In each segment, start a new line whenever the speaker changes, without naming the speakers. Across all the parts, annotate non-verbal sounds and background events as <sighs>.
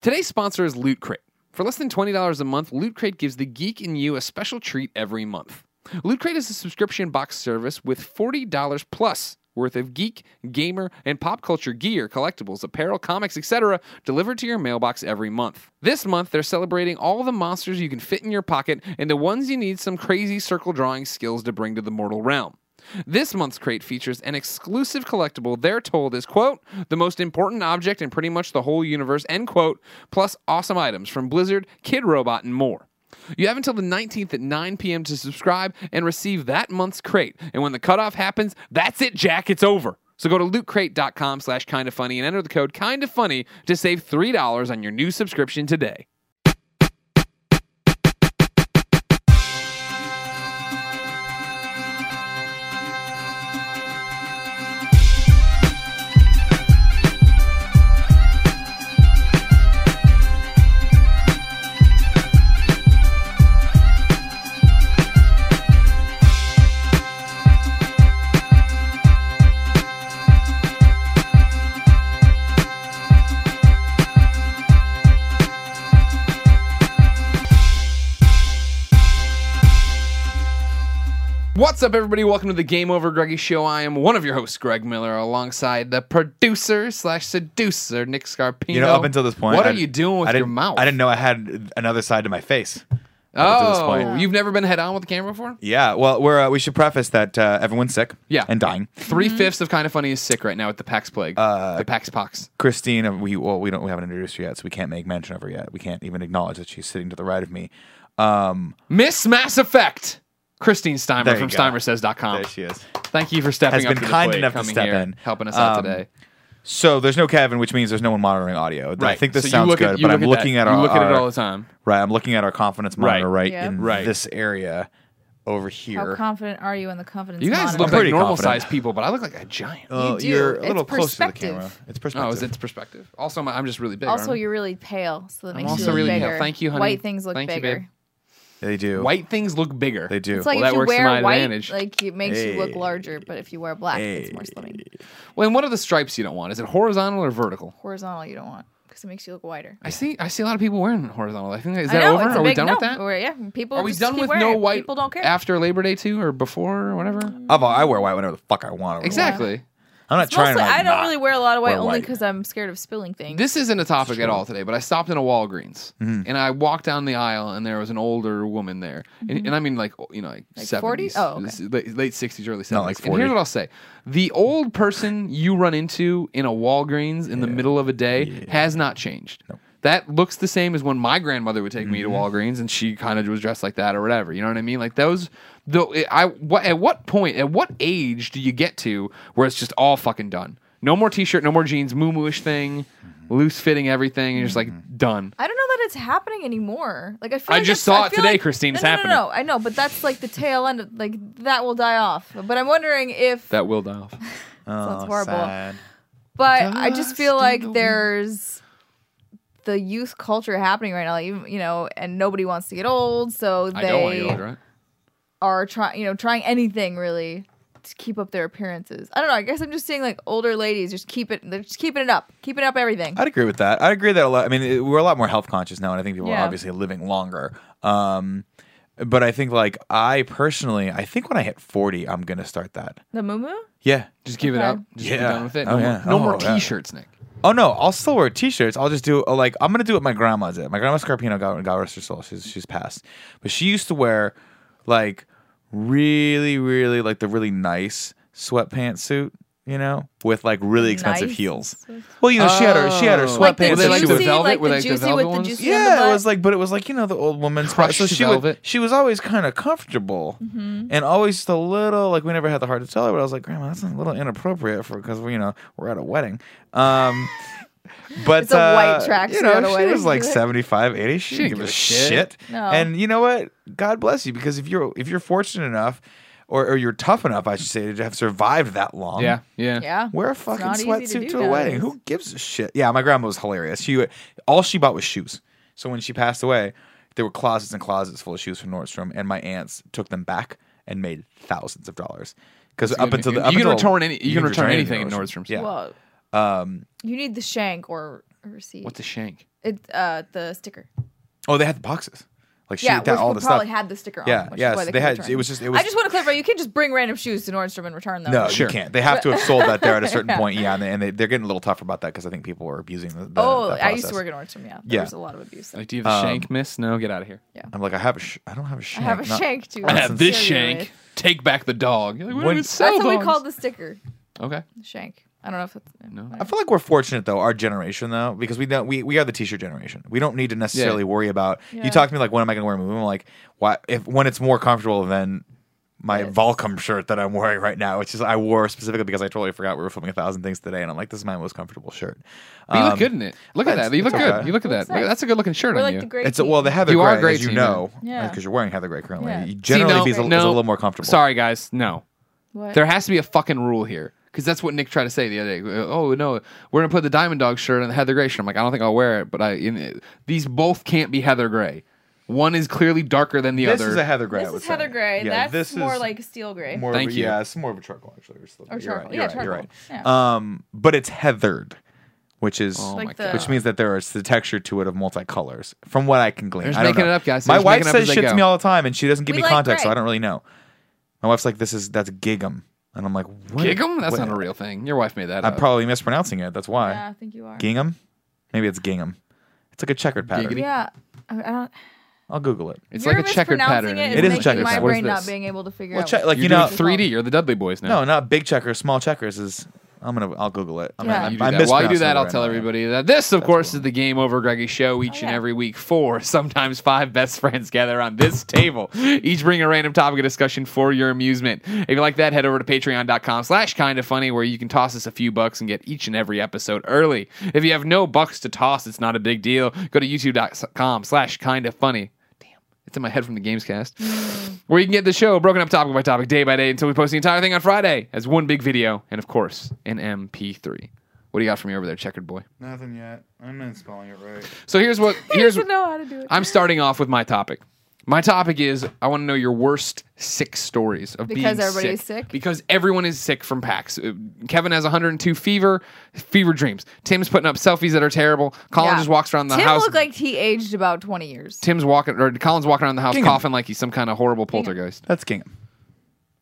Today's sponsor is Loot Crate. For less than $20 a month, Loot Crate gives the geek in you a special treat every month. Loot Crate is a subscription box service with $40 plus worth of geek, gamer, and pop culture gear, collectibles, apparel, comics, etc., delivered to your mailbox every month. This month, they're celebrating all the monsters you can fit in your pocket and the ones you need some crazy circle drawing skills to bring to the mortal realm. This month's crate features an exclusive collectible they're told is, quote, the most important object in pretty much the whole universe, end quote, plus awesome items from Blizzard, Kid Robot, and more. You have until the 19th at 9 p.m. to subscribe and receive that month's crate. And when the cutoff happens, that's it, Jack. It's over. So go to lootcrate.com slash kinda funny and enter the code kinda funny to save $3 on your new subscription today. What's up, everybody? Welcome to the Game Over Greggy Show. I am one of your hosts, Greg Miller, alongside the producer slash seducer, Nick Scarpino.
You know, up until this point,
what
I-
are you doing with
I
your
didn't-
mouth?
I didn't know I had another side to my face. up until this
Oh,
point.
you've never been head on with the camera before?
Yeah. Well, we're uh, we should preface that uh, everyone's sick.
Yeah.
And dying.
Three fifths of kind of funny is sick right now with the Pax plague, uh, the Pax pox.
Christine, uh, we well, we don't we haven't introduced her yet, so we can't make mention of her yet. We can't even acknowledge that she's sitting to the right of me. Um,
Miss Mass Effect, Christine Steimer
There you
from
go.
SteimerSays.com.
is.
Thank you for stepping
Has
up
been
to the
kind
plate,
enough to
coming
step
here,
in.
helping us out
Um,
today.
So there's no Kevin, which means there's no one monitoring audio. I think this
so you
sounds
look
good,
at, you
but
look
I'm looking
that.
at our,
you look at it
our-
all the time.
right. I'm looking at our confidence monitor
Right.
right,
Yeah.
in
Right.
this area over here.
How confident are you in the confidence?
You guys
monitor?
look
I'm pretty
like normal
confident.
sized people, but I look like a giant.
Uh,
You do.
You're a
It's
little close to the
perspective.
camera. It's
oh,
perspective.
is it's perspective? Also, my, I'm just really big.
Also,
aren't I?
you're really pale, so that makes
also
you look
really pale.
bigger.
Thank you, honey.
White things look
Thank you,
bigger.
babe.
they do.
white things look bigger.
They do.
It's like
Well, that
if you
works to my
wear white,
advantage.
like it makes you look larger. But if you wear black, it's more slimming.
Well, and what are the stripes you don't want? Is it horizontal or vertical?
Horizontal, you don't want because it makes you look wider.
I see. I see a lot of people wearing horizontal. I think that- is
I
that
know,
over?
It's a
Are we
big
done
no.
with that?
Or, yeah, people
Are we
just
done
keep
with
wearing
no
it.
white
People don't care.
after Labor Day too, or before or whatever?
I've- I wear white whenever the fuck I want. over there.
Exactly.
I'm not
It's
trying
mostly,
to. like,
I don't
not.
really wear a lot of white
wear
only
white.
because I'm scared of spilling things.
This isn't a topic at all today, but I stopped in a Walgreens and I walked down the aisle and there was an older woman there, and, and I mean like you know like,
Mm-hmm. Like
70s,
40s? Oh, okay.
This is late, late 60s, early 70s.
Not like
And here's
40.
what I'll say: the old person you run into in a Walgreens in the middle of a day has not changed. That looks the same as when my grandmother would take me
Mm-hmm.
to Walgreens and she kind of was dressed like that or whatever. You know what I mean? Like those. Though I what at what point at what age do you get to where it's just all fucking done? No more t-shirt, no more jeans, moo-mooish thing,
Mm-hmm.
loose fitting everything. You're just like done.
I don't know that it's happening anymore. Like I feel.
I
like
just
it's-
saw it
feel
today,
like-
Christine. It's
no, no,
happening.
No, no, I know, but that's like the tail end. Of, like that will die off. But I'm wondering if.
That will die off.
sounds
Oh,
horrible.
sad.
but I just feel
Dust in
like
the wind.
there's the youth culture happening right now. Like, even- you know, and nobody wants to get old, so
I don't want to
they
get old, right?
are trying. You know, trying anything really to keep up their appearances. I don't know. I guess I'm just seeing like older ladies just keep it. They're just keeping it up, keeping up everything.
I'd agree with that. I'd agree that a lot. I mean, it- we're a lot more health conscious now, and I think people are
Yeah.
obviously living longer. Um, but I think, like, I personally, I think when I hit 40, I'm going to start that.
the moo
Yeah.
Just give it
Okay.
up. Just be
Yeah.
done with it. No
Oh,
more,
yeah.
no more
Oh, yeah.
t-shirts, Nick.
Oh, no. I'll still wear t shirts. I'll just do, uh, like, I'm going to do what my grandma did. My grandma Scarpino, God, God rest her soul, she's, she's passed. But she used to wear, like, really, really, like, the really nice sweatpants suit. You know, with like really expensive
Nice. <laughs>
heels. Well, you know, she had her she had her
Oh. Like the
sweatpants. that she
juicy-
would
the velvet- were they the velvet
with
ones?
the juicy on the
Yeah, it
butt.
was like, but it was like you know the old woman's part.
Crushed
So she
velvet.
would, she was always kind of comfortable
Mm-hmm.
and always just a little like we never had the heart to tell her, but I was like, Grandma, that's a little inappropriate for because we you know we're at a wedding.
<laughs>
Um, but
It's a white
uh,
tracksuit
You know,
at a
she
wedding.
was like 75, 80. She,
didn't
didn't give
give
a
a shit.
shit.
No.
And you know what? God bless you because if you're if you're fortunate enough, or, or you're tough enough, I should say, to have survived that long.
Yeah, yeah.
yeah.
Wear a
It's
fucking
not easy
sweatsuit to,
do
a wedding.
nowadays.
Who gives a shit? Yeah, my grandma was hilarious. She all she bought was shoes. So when she passed away, there were closets and closets full of shoes from Nordstrom, and my aunts took them back and made thousands of dollars. Because up
good.
until the
You
up
can
until-
return any- you can return anything in Nordstrom's.
Yeah,
Well, you need the shank or a receipt.
What's a shank?
It uh the sticker.
Oh, they had the boxes. Like she
yeah,
had that,
which
all
we
the
probably
stuff.
had the sticker on.
yeah,
which is
yeah.
why
so they
couldn't
had.
return
It was just. It was.
I just want to clarify. You can't just bring random shoes to Nordstrom and return them.
no,
Sure.
you can't. They have
<laughs>
to have sold that there at a certain point. Yeah, and, they, and they, they're getting a little tough about that because I think people were abusing the. the
oh,
that
I used to
process.
work at Nordstrom. Yeah, there
Yeah.
was a lot of abuse. there.
Like, do you have a shank, miss? No, get out of here.
I'm like, I have a. Sh- I don't have a
I
shank.
have a
not-
shank too.
I have this
Cereal
shank.
with.
Take back the dog. You're like, we don't
When-
even sell
That's what we
dogs.
called the sticker.
Okay.
Shank. I don't know if it's
No.
I feel like we're fortunate though, our generation though, because we don't we, we are the t-shirt generation. We don't need to necessarily worry about.
Yeah.
You talk to me like, when am I going to wear a movie? I'm like, why? If when it's more comfortable than my Volcom shirt that I'm wearing right now, which is I wore specifically because I totally forgot we were filming a thousand things today, and I'm like, this is my most comfortable shirt.
But you
Um,
look good in it. Look at
it's-
that. You look
it's
good.
okay.
You look at that.
Looks nice.
Look- That's a good looking shirt
We're
on
like
you.
the great.
It's a, well, the Heather
You are
Gray,
great
as you
team,
know,
man. Yeah.
because you're wearing Heather Gray currently.
Yeah.
You
See,
generally
no,
be is a, is a
no.
little more comfortable.
Sorry, guys. No.
What?
There has to be a fucking rule here. Because that's what Nick tried to say the other day. Oh no, we're gonna put the Diamond Dog shirt on the Heather Gray shirt. I'm like, I don't think I'll wear it, but I in, these both can't be Heather Gray. One is clearly darker than the
This
other.
is a Heather Gray. I
This
would
is Heather
say.
Gray.
Yeah,
That's
this
more
is
like steel gray.
More
Thank
of a,
you.
Yeah, it's more of a charcoal actually. Or, just a little
Or
bit. You're
charcoal.
right, you're
Yeah,
right, you're
charcoal.
right.
Yeah.
Um, but it's heathered, which is
Oh
Like
my
the-
god.
which means that there is the texture to it of multicolors, from what I can glean.
They're just
I don't
making
know.
it up, guys. They're
My
just
wife
making it up
says
as they
shit to
go.
me all the time, and she doesn't give
We
me
like
context, so
gray.
I don't really know. My wife's like, "This is that's gigum," and I'm like, what?
Gingham? That's not
what-
a real thing. Your wife made that
I'm
up.
probably mispronouncing it. That's why
yeah, I think you are.
gingham. Maybe it's gingham. It's like a checkered pattern.
Giggity.
Yeah. I I don't.
I'll Google it.
it's
Your
like a checkered
mispronouncing
pattern.
It,
It is a
making
checkered
My
pattern.
What is
brain not
this?
being able to figure
Well,
out.
check
what-
like
You're
you know.
doing 3D. You're the Dudley Boys now.
No, not big checker. Small checkers is. I'm gonna. I'll Google it. I'm
Yeah.
gonna,
You do
I'm
that. While you do
mispronouncing
that,
it
I'll
right
tell
now.
everybody that this, of course, is the Game Over Greggy show each and
yeah.
every week. Four, sometimes five best friends gather on this table, each bring a random topic of discussion for your amusement. If you like that, head over to patreon.com slash kind of funny where you can toss us a few bucks and get each and every episode early. If you have no bucks to toss, it's not a big deal. Go to youtube.com slash kind of funny. It's in my head from the Gamescast. Where you can get the show broken up topic by topic, day by day, until we post the entire thing on Friday as one big video and, of course, an MP3. What do you got for me over there, checkered boy?
Nothing yet. I'm not spelling it right.
So here's
<laughs>
what
He
here's
doesn't know how to do it.
I'm starting off with my topic. My topic is I want to know your worst sick stories of
Because
being
everybody
sick.
is sick?
Because everyone is sick from PAX. Uh, Kevin has 102 fever, fever dreams. Tim's putting up selfies that are terrible. Colin
Yeah.
just walks around the
Tim
house.
looked like he aged about 20 years.
Tim's walking or Colin's walking around the house
Gingham.
coughing like he's some kind of horrible poltergeist.
That's gingham.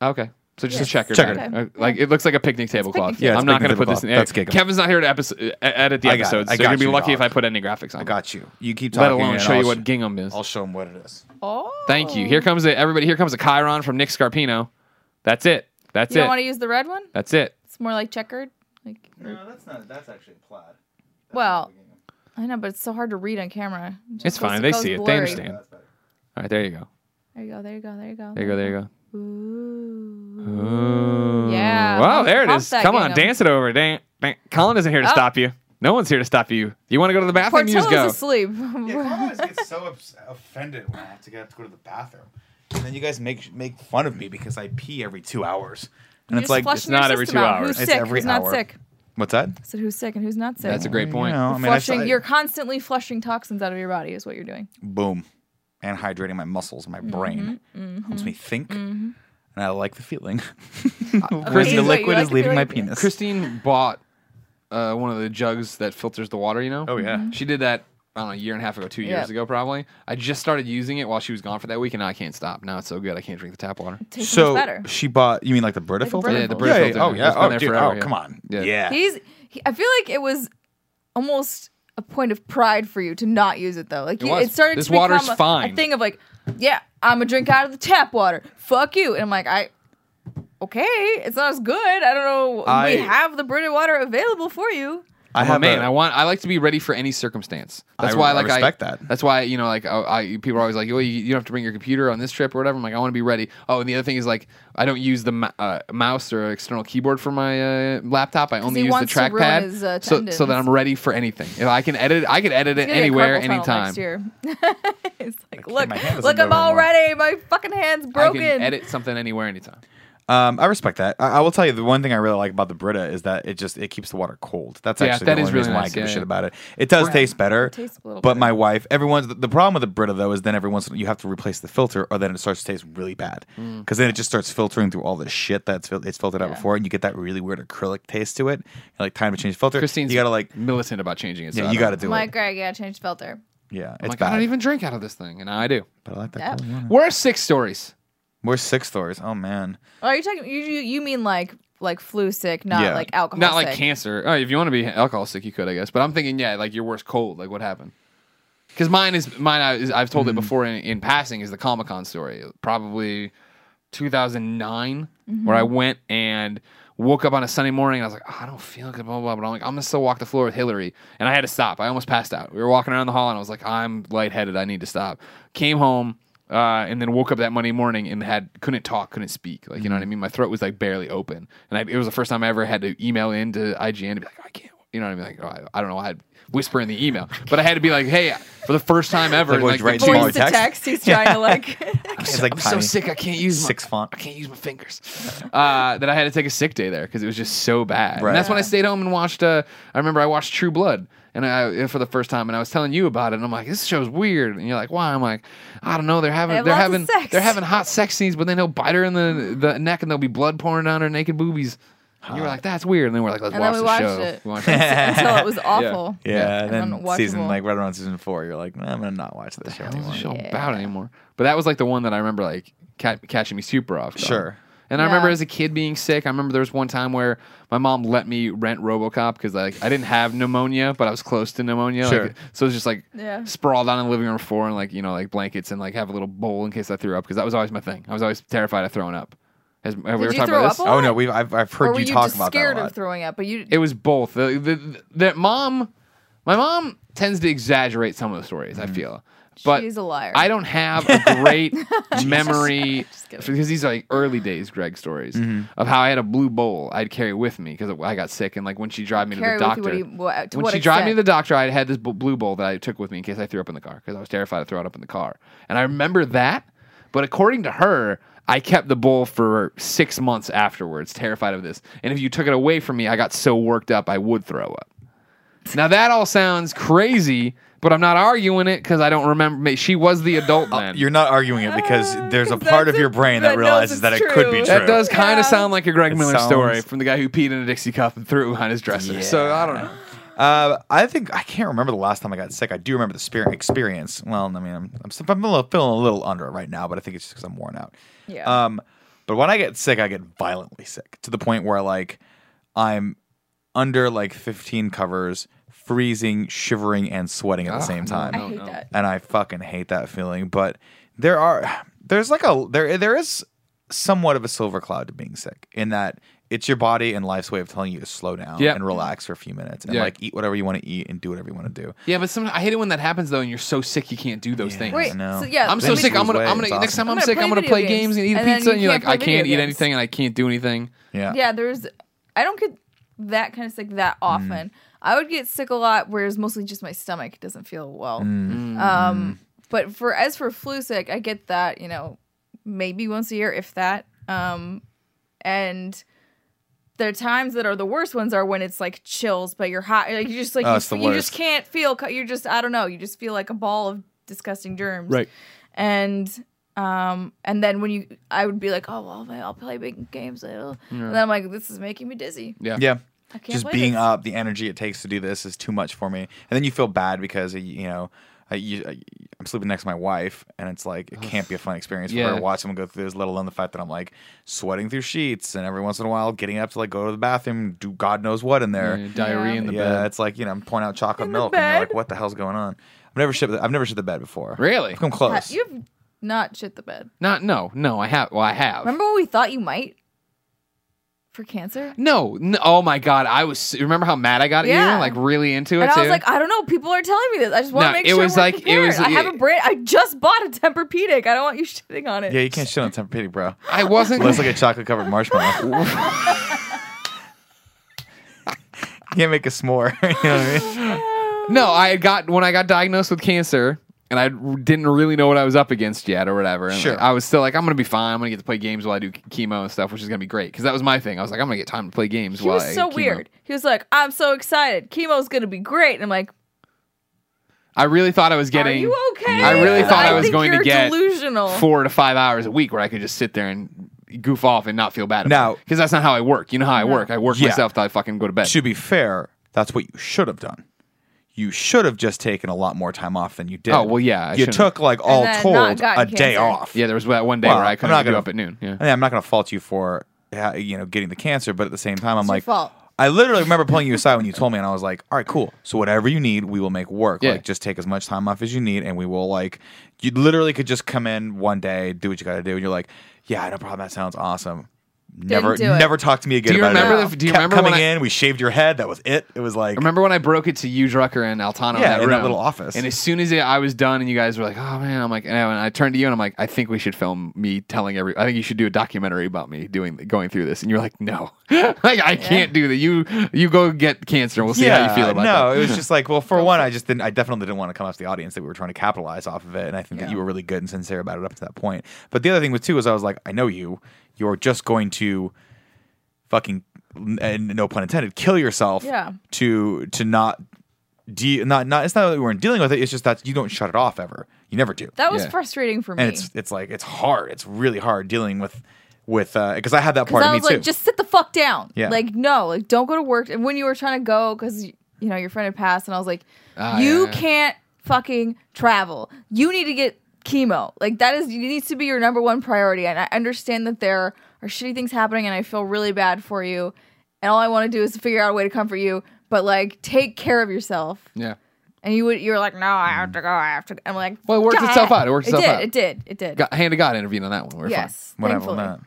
Okay. So just
Yes.
a checker.
Checkered.
pattern. Uh, Like it looks like a picnic tablecloth.
picnic Yeah,
it's
I'm not going to
picnic
put this in.
tablecloth. That's Gingham.
Kevin's not here to episode, uh, edit the
I got it.
episodes. so
I
you're
got
gonna be
you,
lucky if
dog.
I put any graphics on.
I got you. You keep
Let
talking.
alone
and
show
I'll
you what
sh-
gingham is.
I'll show him what it is.
Oh.
Thank you. Here comes a, everybody. Here comes a Chiron from Nick Scarpino. That's it. That's
You don't
it.
want to use the red one?
That's it.
It's more like checkered. Like,
No, that's not. That's actually plaid.
well, I know, but it's so hard to read on camera. It just
It's
goes-
fine. They
goes
see it. They
blurry.
understand. All right, there you go.
There you go. There you go. There you go.
There you go. There you go.
go. Ooh.
Ooh.
Yeah,
Wow,
pump-
there it
pump
is.
that
Come on,
gingham.
dance it over. Dan- dan- Colin isn't here to
Oh.
stop you. No one's here to stop you. You want to go to the bathroom? You just go.
Portillo's asleep. <laughs>
always gets so offended when I have to get to go to the bathroom, and then you guys make make fun of me because I pee every two hours, and
You're
it's
just
like
flushing
it's
your
not every
system
two
out.
hours.
Who's
It's
sick?
every
who's not
hour.
sick?
what's that?
I said who's sick and who's not sick.
That's a great point.
You know, I mean, I
flushing.
saw-
you're constantly flushing toxins out of your body. Is what you're doing.
boom, and hydrating my muscles and my brain
Mm-hmm,
helps me think, and I like the
<laughs>
feeling. Whereas
Christine-
the
Wait, you
liquid
like
is
the
leaving my
feeling?
penis.
Christine bought uh, one of the jugs that filters the water. You know.
oh yeah.
She did that. I don't know, a year and a half ago, two years
Yeah.
ago, probably. I just started using it while she was gone for that week, and now I can't stop. Now it's so good, I can't drink the tap water.
It tastes
so
much better.
she bought. You mean like the Brita
Like a
filter?
Brita
Yeah, the
filter.
Brita
yeah, yeah,
filter. It's
Oh
been
yeah. Oh,
there
dude,
forever,
oh
yeah.
come on.
Yeah.
Yeah.
<laughs> He's. He, I feel like it was almost a point of pride for you to not use it though. Like you,
was.
it started
This
to become
water's
a,
fine.
a thing of like, yeah, I'm gonna drink out of the tap water. Fuck you. And I'm like, I. Okay, it's not as good. I don't know.
I-
we have the Brita water available for you.
I
I'm a
have
man.
a-
I want. I like to be ready for any circumstance. That's
I-
why,
I
like,
respect
I,
that.
That's why, you know, like, I, I people are always like, "Oh, you, you don't have to bring your computer on this trip or whatever." I'm like, I want to be ready. Oh, and the other thing is like, I don't use the mou- uh, mouse or external keyboard for my uh, laptop. I only
he
use the
wants to ruin
trackpad,
his, uh,
so so that
tendons.
I'm ready for anything. If I can edit, I can edit it
He's gonna get
anywhere,
carpal tunnel
anytime.
Next year. <laughs> it's like,
my hand doesn't
look, look,
go
I'm all
anymore.
ready. My fucking hand's
I
broken.
can edit something anywhere, anytime.
Um, I respect that. I, I will tell you the one thing I really like about the Brita is that it just it keeps the water cold. That's
Yeah,
actually
that
the
is
only
really
reason why I
nice.
give a
Yeah,
shit
yeah.
about it. It does taste better.
tastes a little
but
better.
my wife, everyone's the, the problem with the Brita though is then every once in a while you have to replace the filter, or then it starts to taste really bad
Mm.
because then it just starts filtering through all the shit that's fil- it's filtered out before, and you get that really weird acrylic taste to it. You're like time to change the filter.
Christine's
you gotta like
militant about changing it. so
yeah,
I
you
don't-
gotta do
I'm like,
it.
Greg, yeah, change the filter.
Yeah, it's
I'm like, I
bad.
don't even drink out of this thing, and now I do.
but I like that.
Yeah.
cold water.
Worst six stories.
We're six stores. Oh man.
Oh, are you talking? You you, you mean like like flu sick, not
Yeah.
like alcohol?
Not like
sick.
cancer. Oh, if you want to be alcohol sick, you could, I guess. But I'm thinking, yeah, like your worst cold. Like what happened? Because mine is mine. I- Is, I've told it before in, in passing. Is the Comic Con story probably 2009, where I went and woke up on a Sunday morning. And I was like, "Oh, I don't feel good. Blah blah. blah. But I'm like, I'm gonna still walk the floor with Hillary, and I had to stop. I almost passed out. We were walking around the hall, and I was like, I'm lightheaded. I need to stop. Came home. Uh, and then woke up that Monday morning and had couldn't talk, couldn't speak. Like you know what I mean. My throat was like barely open, and I, it was the first time I ever had to email into IGN to be like, I can't. You know what I mean? Like oh, I, I don't know. I'd whisper in the email, but I had to be like, hey, for the first time ever,
Like,
in,
what,
like, the
right
two-
tomorrow?
Voice to
Text?
text. He's trying
<laughs>
to like. <laughs>
It's like
I'm so
tiny.
sick I can't use my-
Six font.
I can't use my fingers. Uh, that I had to take a sick day there because it was just so bad.
Right.
And that's when I stayed home and watched. Uh, I remember I watched True Blood and I for the first time, and I was telling you about it. And I'm like, this show's weird. And you're like, why? I'm like, I don't know. They're having
have
they are
lots of
having
sex.
they're having hot sex scenes, but then he'll bite her in the the neck, and there'll be blood pouring down her naked boobies. And you were like, that's weird. And then we're like, let's
And then
watch
we
the
watched
show.
it.
We watched
<laughs>
until
<laughs>
it was awful.
Yeah, and
And
then
unwatchable.
season like right around season four, you're like, nah, I'm gonna not watch this show anymore.
show about anymore. But that was like the one that I remember like ca- catching me super off. guard.
Sure.
And I remember
Yeah.
as a kid being sick. I remember there was one time where my mom let me rent RoboCop because like I didn't have pneumonia, but I was close to pneumonia.
Sure.
Like, so it was just like
Yeah.
sprawled out on the living room floor and like you know like blankets and like have a little bowl in case I threw up because that was always my thing. I was always terrified of throwing up. As, have we
Did
ever
you
talked
throw
about
up
this?
a lot?
Oh no, we've I've, I've
Or
heard
were
you
you
talk
just
about that a
scared of
lot.
throwing up? But you
it was both. The, the, the- that mom, my mom tends to exaggerate some of the stories.
Mm-hmm.
I feel, but
She's a liar.
I don't have a
<laughs>
great memory
Just kidding.
because these are like early days Greg stories of how I had a blue bowl I'd carry with me because I got sick and like when she drive me to
Carry
the
with
doctor.
you what do you- what- to
when
what
she drive me to
extent?
the doctor, I had this bl- blue bowl that I took with me in case I threw up in the car because I was terrified of throwing up in the car. And I remember that, but according to her, I kept the bowl for six months afterwards, terrified of this. And if you took it away from me, I got so worked up I would throw up. Now that all sounds crazy, but I'm not arguing it because I don't remember. ma- She was the adult then.
Oh, You're not arguing it because there's a
'cause
part
Ah, that's
of your
it-
brain
that
that,
knows
realizes
it's
that it could be
true.
true.
That
that does kind
Yeah.
of sound like a Greg Miller
sounds-
story from the guy who peed in a Dixie cup and threw it behind his dresser. So I don't know.
Uh, I think I can't remember the last time I got sick. I do remember the spirit experience. Well, I mean, I'm I'm, still- I'm a little, feeling a little under it right now, but I think it's just because I'm worn out.
Yeah.
Uh,
Um, but when I get sick, I get violently sick to the point where like I'm under like 15 covers, freezing, shivering, and sweating at the
Ah,
same
no,
time.
I
no,
hate
no.
that.
and I fucking hate that feeling. But there are there's like a there there is somewhat of a silver cloud to being sick in that it's your body and life's way of telling you to slow down
Yep.
and relax for a few minutes and
Yeah.
like eat whatever you want to eat and do whatever you want to do.
Yeah, but sometimes I hate it when that happens though, and you're so sick you can't do those things.
Wait,
know.
so yeah,
I'm
Then
so
you
sick. I'm
lose
gonna.
weight,
I'm
it's
gonna.
awesome.
Next time I'm,
I'm gonna
sick, I'm
play
gonna
video
play
games,
games and eat
and then
pizza,
you
and you're like,
can't
I
play video
can't eat
games.
anything, and I can't do anything.
Yeah. Mm.
yeah, there's I don't get that kind of sick that often. I would get sick a lot, whereas mostly just my stomach doesn't feel well.
Mm.
Um, but for as for flu sick, I get that you know maybe once a year, if that. Um, and the times that are the worst ones are when it's like chills, but you're hot, like you just like
Oh,
you,
it's the
you just
worst.
can't feel. co- You're just I don't know. You just feel like a ball of disgusting germs
Right.
and um and then when you i would be like oh well i'll play big games I'll-" and then i'm like this is making me dizzy
Yeah.
Yeah.
i can't
Just
play
being
this.
up, the energy it takes to do this is too much for me. And then you feel bad because you know, I, you, I, I'm sleeping next to my wife, and it's like it can't be a fun experience for her
Yeah.
to watch someone go through this. Let alone the fact that I'm like sweating through sheets, and every once in a while getting up to like go to the bathroom, do God knows what in there.
Yeah, Diarrhea in the
yeah,
bed.
it's like you know, I'm pouring out chocolate
In the
milk, and you're like,
bed?
what the hell's going on? I've never shit. I've never shit the bed before.
Really?
I've come
Ha-
close.
you've not shit the bed
Not. No. No. I have. Well, I have.
remember when we thought you might for cancer
No, no. Oh my god. I was. Remember how mad I got at
Yeah.
you? Like really into it
and
too.
I was like, "Ah!" I don't know. People are telling me this. I just want
No,
to make
it
sure
was
we're
like- it
prepared.
was-
I have
it-
a brand. I just bought a Tempur-Pedic. I don't want you shitting on it.
yeah, you
<laughs>
can't shit on Tempur-Pedic, bro.
I
<laughs>
wasn't. <laughs>
Unless like a chocolate covered <laughs> marshmallow. you can't make a s'more. <laughs> you know what I mean?
No, I had got when I got diagnosed with cancer. and I r- didn't really know what I was up against yet or whatever. And
Sure.
like, I was still like, I'm gonna be fine. I'm gonna get to play games while I do c- chemo and stuff, which is gonna be great because that was my thing. I was like, I'm gonna get time to play games
He
while I
was so
chemo.
weird. He was like, "I'm so excited. Chemo's gonna be great." And I'm like,
I really thought I was
"Are
getting
you okay?"
I really
Because
thought I was
think
going to
you're
get
delusional.
four to five hours a week where I could just sit there and goof off and not feel bad.
Now-
about because that's not how I work. You know how I work. I work
Yeah.
myself till I fucking go to bed.
To be fair, that's what you should have done. You should have just taken a lot more time off than you did.
Oh, well, yeah, I
you
should've.
took like all
then not
told
gotten
a day
cancer.
off.
Yeah, there was that one day
Well,
where I
I'm
couldn't
not
do
gonna-
up at noon. Yeah.
I mean, I'm not going to fault you for ha- you know getting the cancer, but at the same time, I'm
your
like,
fault.
I literally remember pulling you aside when you told me, and I was like, all right, cool. So whatever you need, we will make work.
Yeah.
Like, just take as much time off as you need, and we will like, you literally could just come in one day, do what you got to do, and you're like, yeah, no problem. That sounds awesome. Never,
do it.
never talk to me again.
Do you
about
remember
It.
the- do you
Kept
remember when
coming
I-
in? We shaved your head. That was it. It was like,
Remember when I broke it to you, Drucker, and Altano
Yeah,
in, that,
in that
room?
little office.
And as soon as it, I was done, and you guys were like, "Oh man," I'm like, and I, and I turned to you and I'm like, "I think we should film me telling every. I think you should do a documentary about me doing going through this." And you're like, "No, <laughs> like I can't do that. You you go get cancer. and We'll see how you feel about
no,
that."
it was just like, well, for one, I just didn't, I definitely didn't want to come off the audience that we were trying to capitalize off of it, and I think that
Yeah.
you were really good and sincere about it up to that point. But the other thing was too is I was like, I know you, you're just going to fucking, and no pun intended, kill yourself
Yeah.
to to not de- not not. It's not that we weren't dealing with it. It's just that you don't shut it off ever. You never do
that was
Yeah.
frustrating for me.
and it's it's like it's hard. It's really hard dealing with with because I had that part
Because
of
I
me
was like,
too.
just sit the fuck down.
Yeah.
Like, no, like, don't go to work. And when you were trying to go, because, you know, your friend had passed, and I was like,
Ah,
you
yeah, yeah.
can't fucking travel. You need to get chemo. Like, that is, it needs to be your number one priority. And I understand that there are shitty things happening, and I feel really bad for you. And all I want to do is figure out a way to comfort you, but like, take care of yourself.
yeah.
And you would, you were like, no, I have to go. I have to. go." I'm like,
Well, it worked
"God."
itself out. It worked itself
did,
out.
It did. It did.
God, hand of God intervened on that one. We're
yes.
Whatever.
thankfully.
Not.
fine.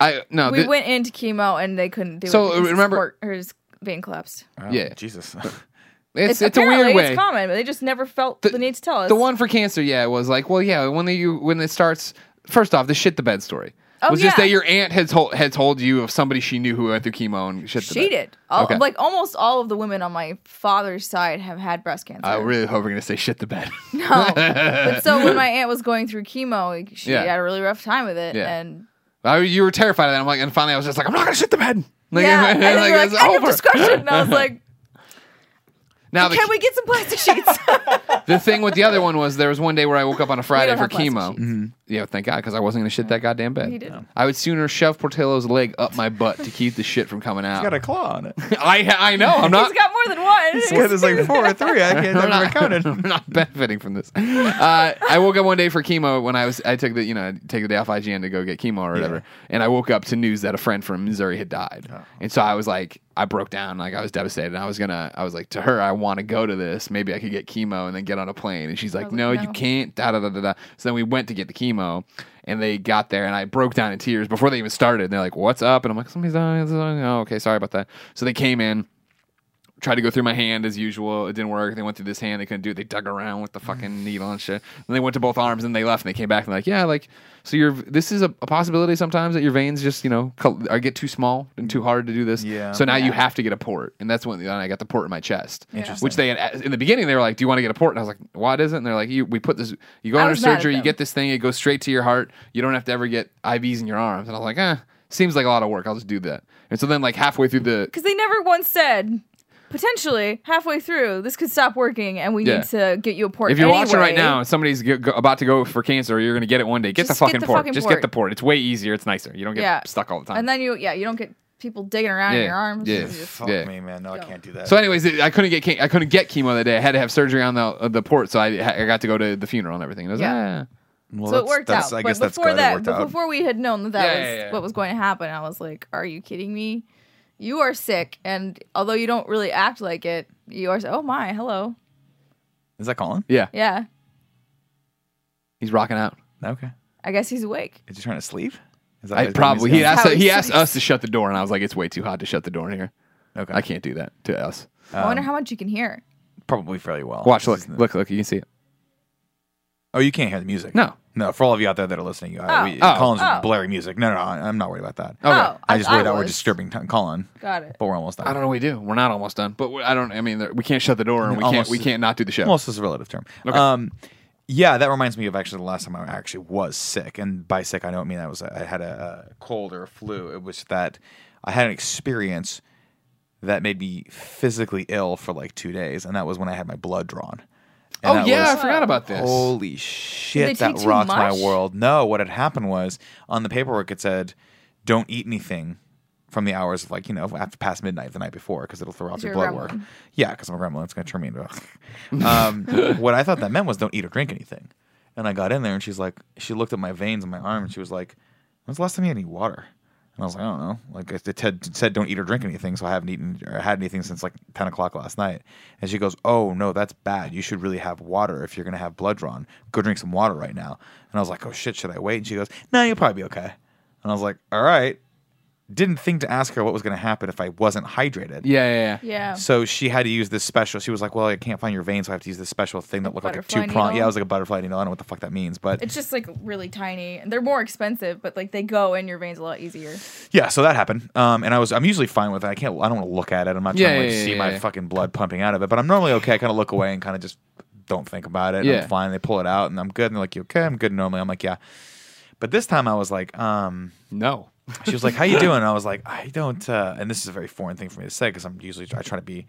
I no.
We
thi-
went into chemo and they couldn't do
So,
it. because his
remember-
port- or his vein collapsed.
Oh,
Yeah. <laughs>
Jesus.
it's it's a
apparently
weird way.
It's common, but they just never felt the, need to tell us.
The one for cancer, yeah, was like, well, yeah, when you when it starts, first off, the shit the bed story
Oh,
was just
yeah.
that your aunt had told had told you of somebody she knew who went through chemo and shit. the
she
bed.
did. All,
Okay.
Like almost all of the women on my father's side have had breast cancer.
I Oh, really hope we're gonna say shit the bed. <laughs>
no. but so when my aunt was going through chemo, like, she
Yeah.
had a really rough time with it,
Yeah.
and
I, you were terrified of that. I'm like, and finally, I was just like, I'm not gonna shit the bed. <laughs> Like,
yeah,
<laughs> like,
and then they were
it's
like, end of
over.
discussion. And
<laughs>
I was like,
Now the,
can we get some plastic sheets?
the thing with the other one was there was one day where I woke up on a Friday
don't
for
have plastic
chemo.
sheets.
Yeah, thank God, because I wasn't gonna shit that goddamn bed.
You didn't.
I would sooner shove Portillo's leg up my butt to keep the shit from coming out.
got a claw on it.
I <laughs> I know. <laughs> I'm not.
<laughs> He's got more than one.
Yeah, there's like
<laughs>
four or three.
<laughs>
I can't
I'm
never
not,
counted.
I'm not benefiting from this. Uh, I woke up one day for chemo when I was I took the you know I take the day off IGN to go get chemo or whatever, and I woke up to news that a friend from Missouri had died, and so I was like I broke down like I was devastated. I was gonna I was like to her I want to go to this maybe I could get chemo and then get on a plane, and she's like
was like,
no, you
no.
can't da da da da da. So then we went to get the chemo. And they got there, and I broke down in tears before they even started. And they're like, "What's up?" And I'm like, "Somebody's dying." Oh, okay, sorry about that. So they came in, tried to go through my hand as usual. It didn't work. They went through this hand. They couldn't do it. They dug around with the fucking needle and shit. Then they went to both arms and they left and they came back and they're like, yeah, like, so your this is a, a possibility sometimes that your veins just, you know, col- or get too small and too hard to do this.
Yeah.
So now you have to get a port. And that's when and I got the port in my chest.
Interesting.
Which they had, in the beginning, they were like, do you want to get a port? And I was like, why doesn't? And they're like, you, we put this, you go
I
under
was mad at
surgery, you
them.
get this thing, it goes straight to your heart. You don't have to ever get IVs in your arms. And I was like, eh, seems like a lot of work. I'll just do that. And so then, like, halfway through the,
Because they never once said, potentially halfway through, this could stop working and we
Yeah.
need to get you a port.
If you're
anyway.
watching right now and somebody's g- go- about to go for cancer, or you're going to get it one day. Get the
Just get
fucking
the
port.
fucking
Just
port.
get the port. It's way easier. It's nicer. You don't get
Yeah.
stuck all the time.
And then you, yeah, you don't get people digging around
Yeah.
in your arms.
Yeah.
It's just-
Fuck
Yeah.
me, man. No, I can't do that.
so, anyways, it- I couldn't get ca- I couldn't get chemo that day. I had to have surgery on the uh, the port, so I, I got to go to the funeral and everything. And I was,
Yeah.
ah.
Well,
So it
that's-
worked
that's-
out. but before
It
that,
worked
but
out.
before we had known that that
Yeah,
was
yeah, yeah.
what was going to happen, I was like, "Are you kidding me? You are sick." And although you don't really act like it, you are. Oh my, hello.
Is that Colin?
yeah,
Yeah,
he's rocking out.
Okay.
I guess he's awake.
Is he trying to sleep? Is that
I
what
probably
he's
he
doing?
asked
How
he
he
asked
sleeps.
us to shut the door, and I was like, it's way too hot to shut the door in here.
Okay.
I can't do that to us.
I wonder how much you can hear.
Probably fairly well.
Watch,
This
look,
isn't-
look, look. You can see it.
Oh, you can't hear the music.
No.
No, for all of you out there that are listening, you,
Oh.
we,
Oh.
Colin's
Oh.
blaring music. No, no, no, I- I'm not worried about that.
Oh,
I just worried that we're
was.
disturbing t- Colin,
Got it.
but we're almost done.
I don't know. What we do. We're not almost done, but we- I don't. I mean, there- we can't shut the door, and we can't.
almost-
We can't not do the show.
Almost is a relative term. Um, yeah, that reminds me of actually the last time I actually was sick, and by sick I don't mean I was I had a, a cold or a flu. It was that I had an experience that made me physically ill for like two days, and that was when I had my blood drawn. And
Oh
that
yeah,
was-
I forgot about this.
Holy
they
shit,
take
that
too
rocked my
much?
world. No, what had happened was on the paperwork it said, "Don't eat anything from the hours of like you know after past midnight the night before because it'll throw off your
you're a
blood work."
gremlin.
Yeah, because I'm a <laughs> gremlin, it's gonna turn me into. A um, what I thought that meant was don't eat or drink anything. And I got in there and she's like, she looked at my veins and my arm and she was like, "When's the last time you had any water?" And I was like, I don't know. Like it it had- it said, don't eat or drink anything, so I haven't eaten or had anything since like ten o'clock last night. And she goes, Oh no, that's bad. You should really have water if you're gonna have blood drawn. Go drink some water right now. And I was like, Oh shit, should I wait? And she goes, No, you'll probably be okay. And I was like, All right. Didn't think to ask her what was gonna happen if I wasn't hydrated.
Yeah, yeah, yeah.
Yeah.
So she had to use this special. She was like, "Well, I can't find your veins, so I have to use this special thing that looked like a
butterfly
two prong."
needle?
Yeah, it was like a butterfly needle. I don't know what the fuck that means, but
It's just like really tiny. and They're more expensive, but like they go in your veins a lot easier.
yeah, so that happened. Um, and I was I'm usually fine with it. I can't. I don't want to look at it. I'm not trying
Yeah,
to like,
yeah, yeah,
see
yeah,
my
yeah.
fucking blood pumping out of it. But I'm normally okay. I kind of look away and kind of just don't think about it.
Yeah.
I'm fine. They pull it out and I'm good. And they're like, "You okay?" I'm good normally. I'm like, "Yeah." But this time I was like, um,
No.
she was like, "How you doing?" And I was like, "I don't." Uh, and this is a very foreign thing for me to say because I'm usually I try to be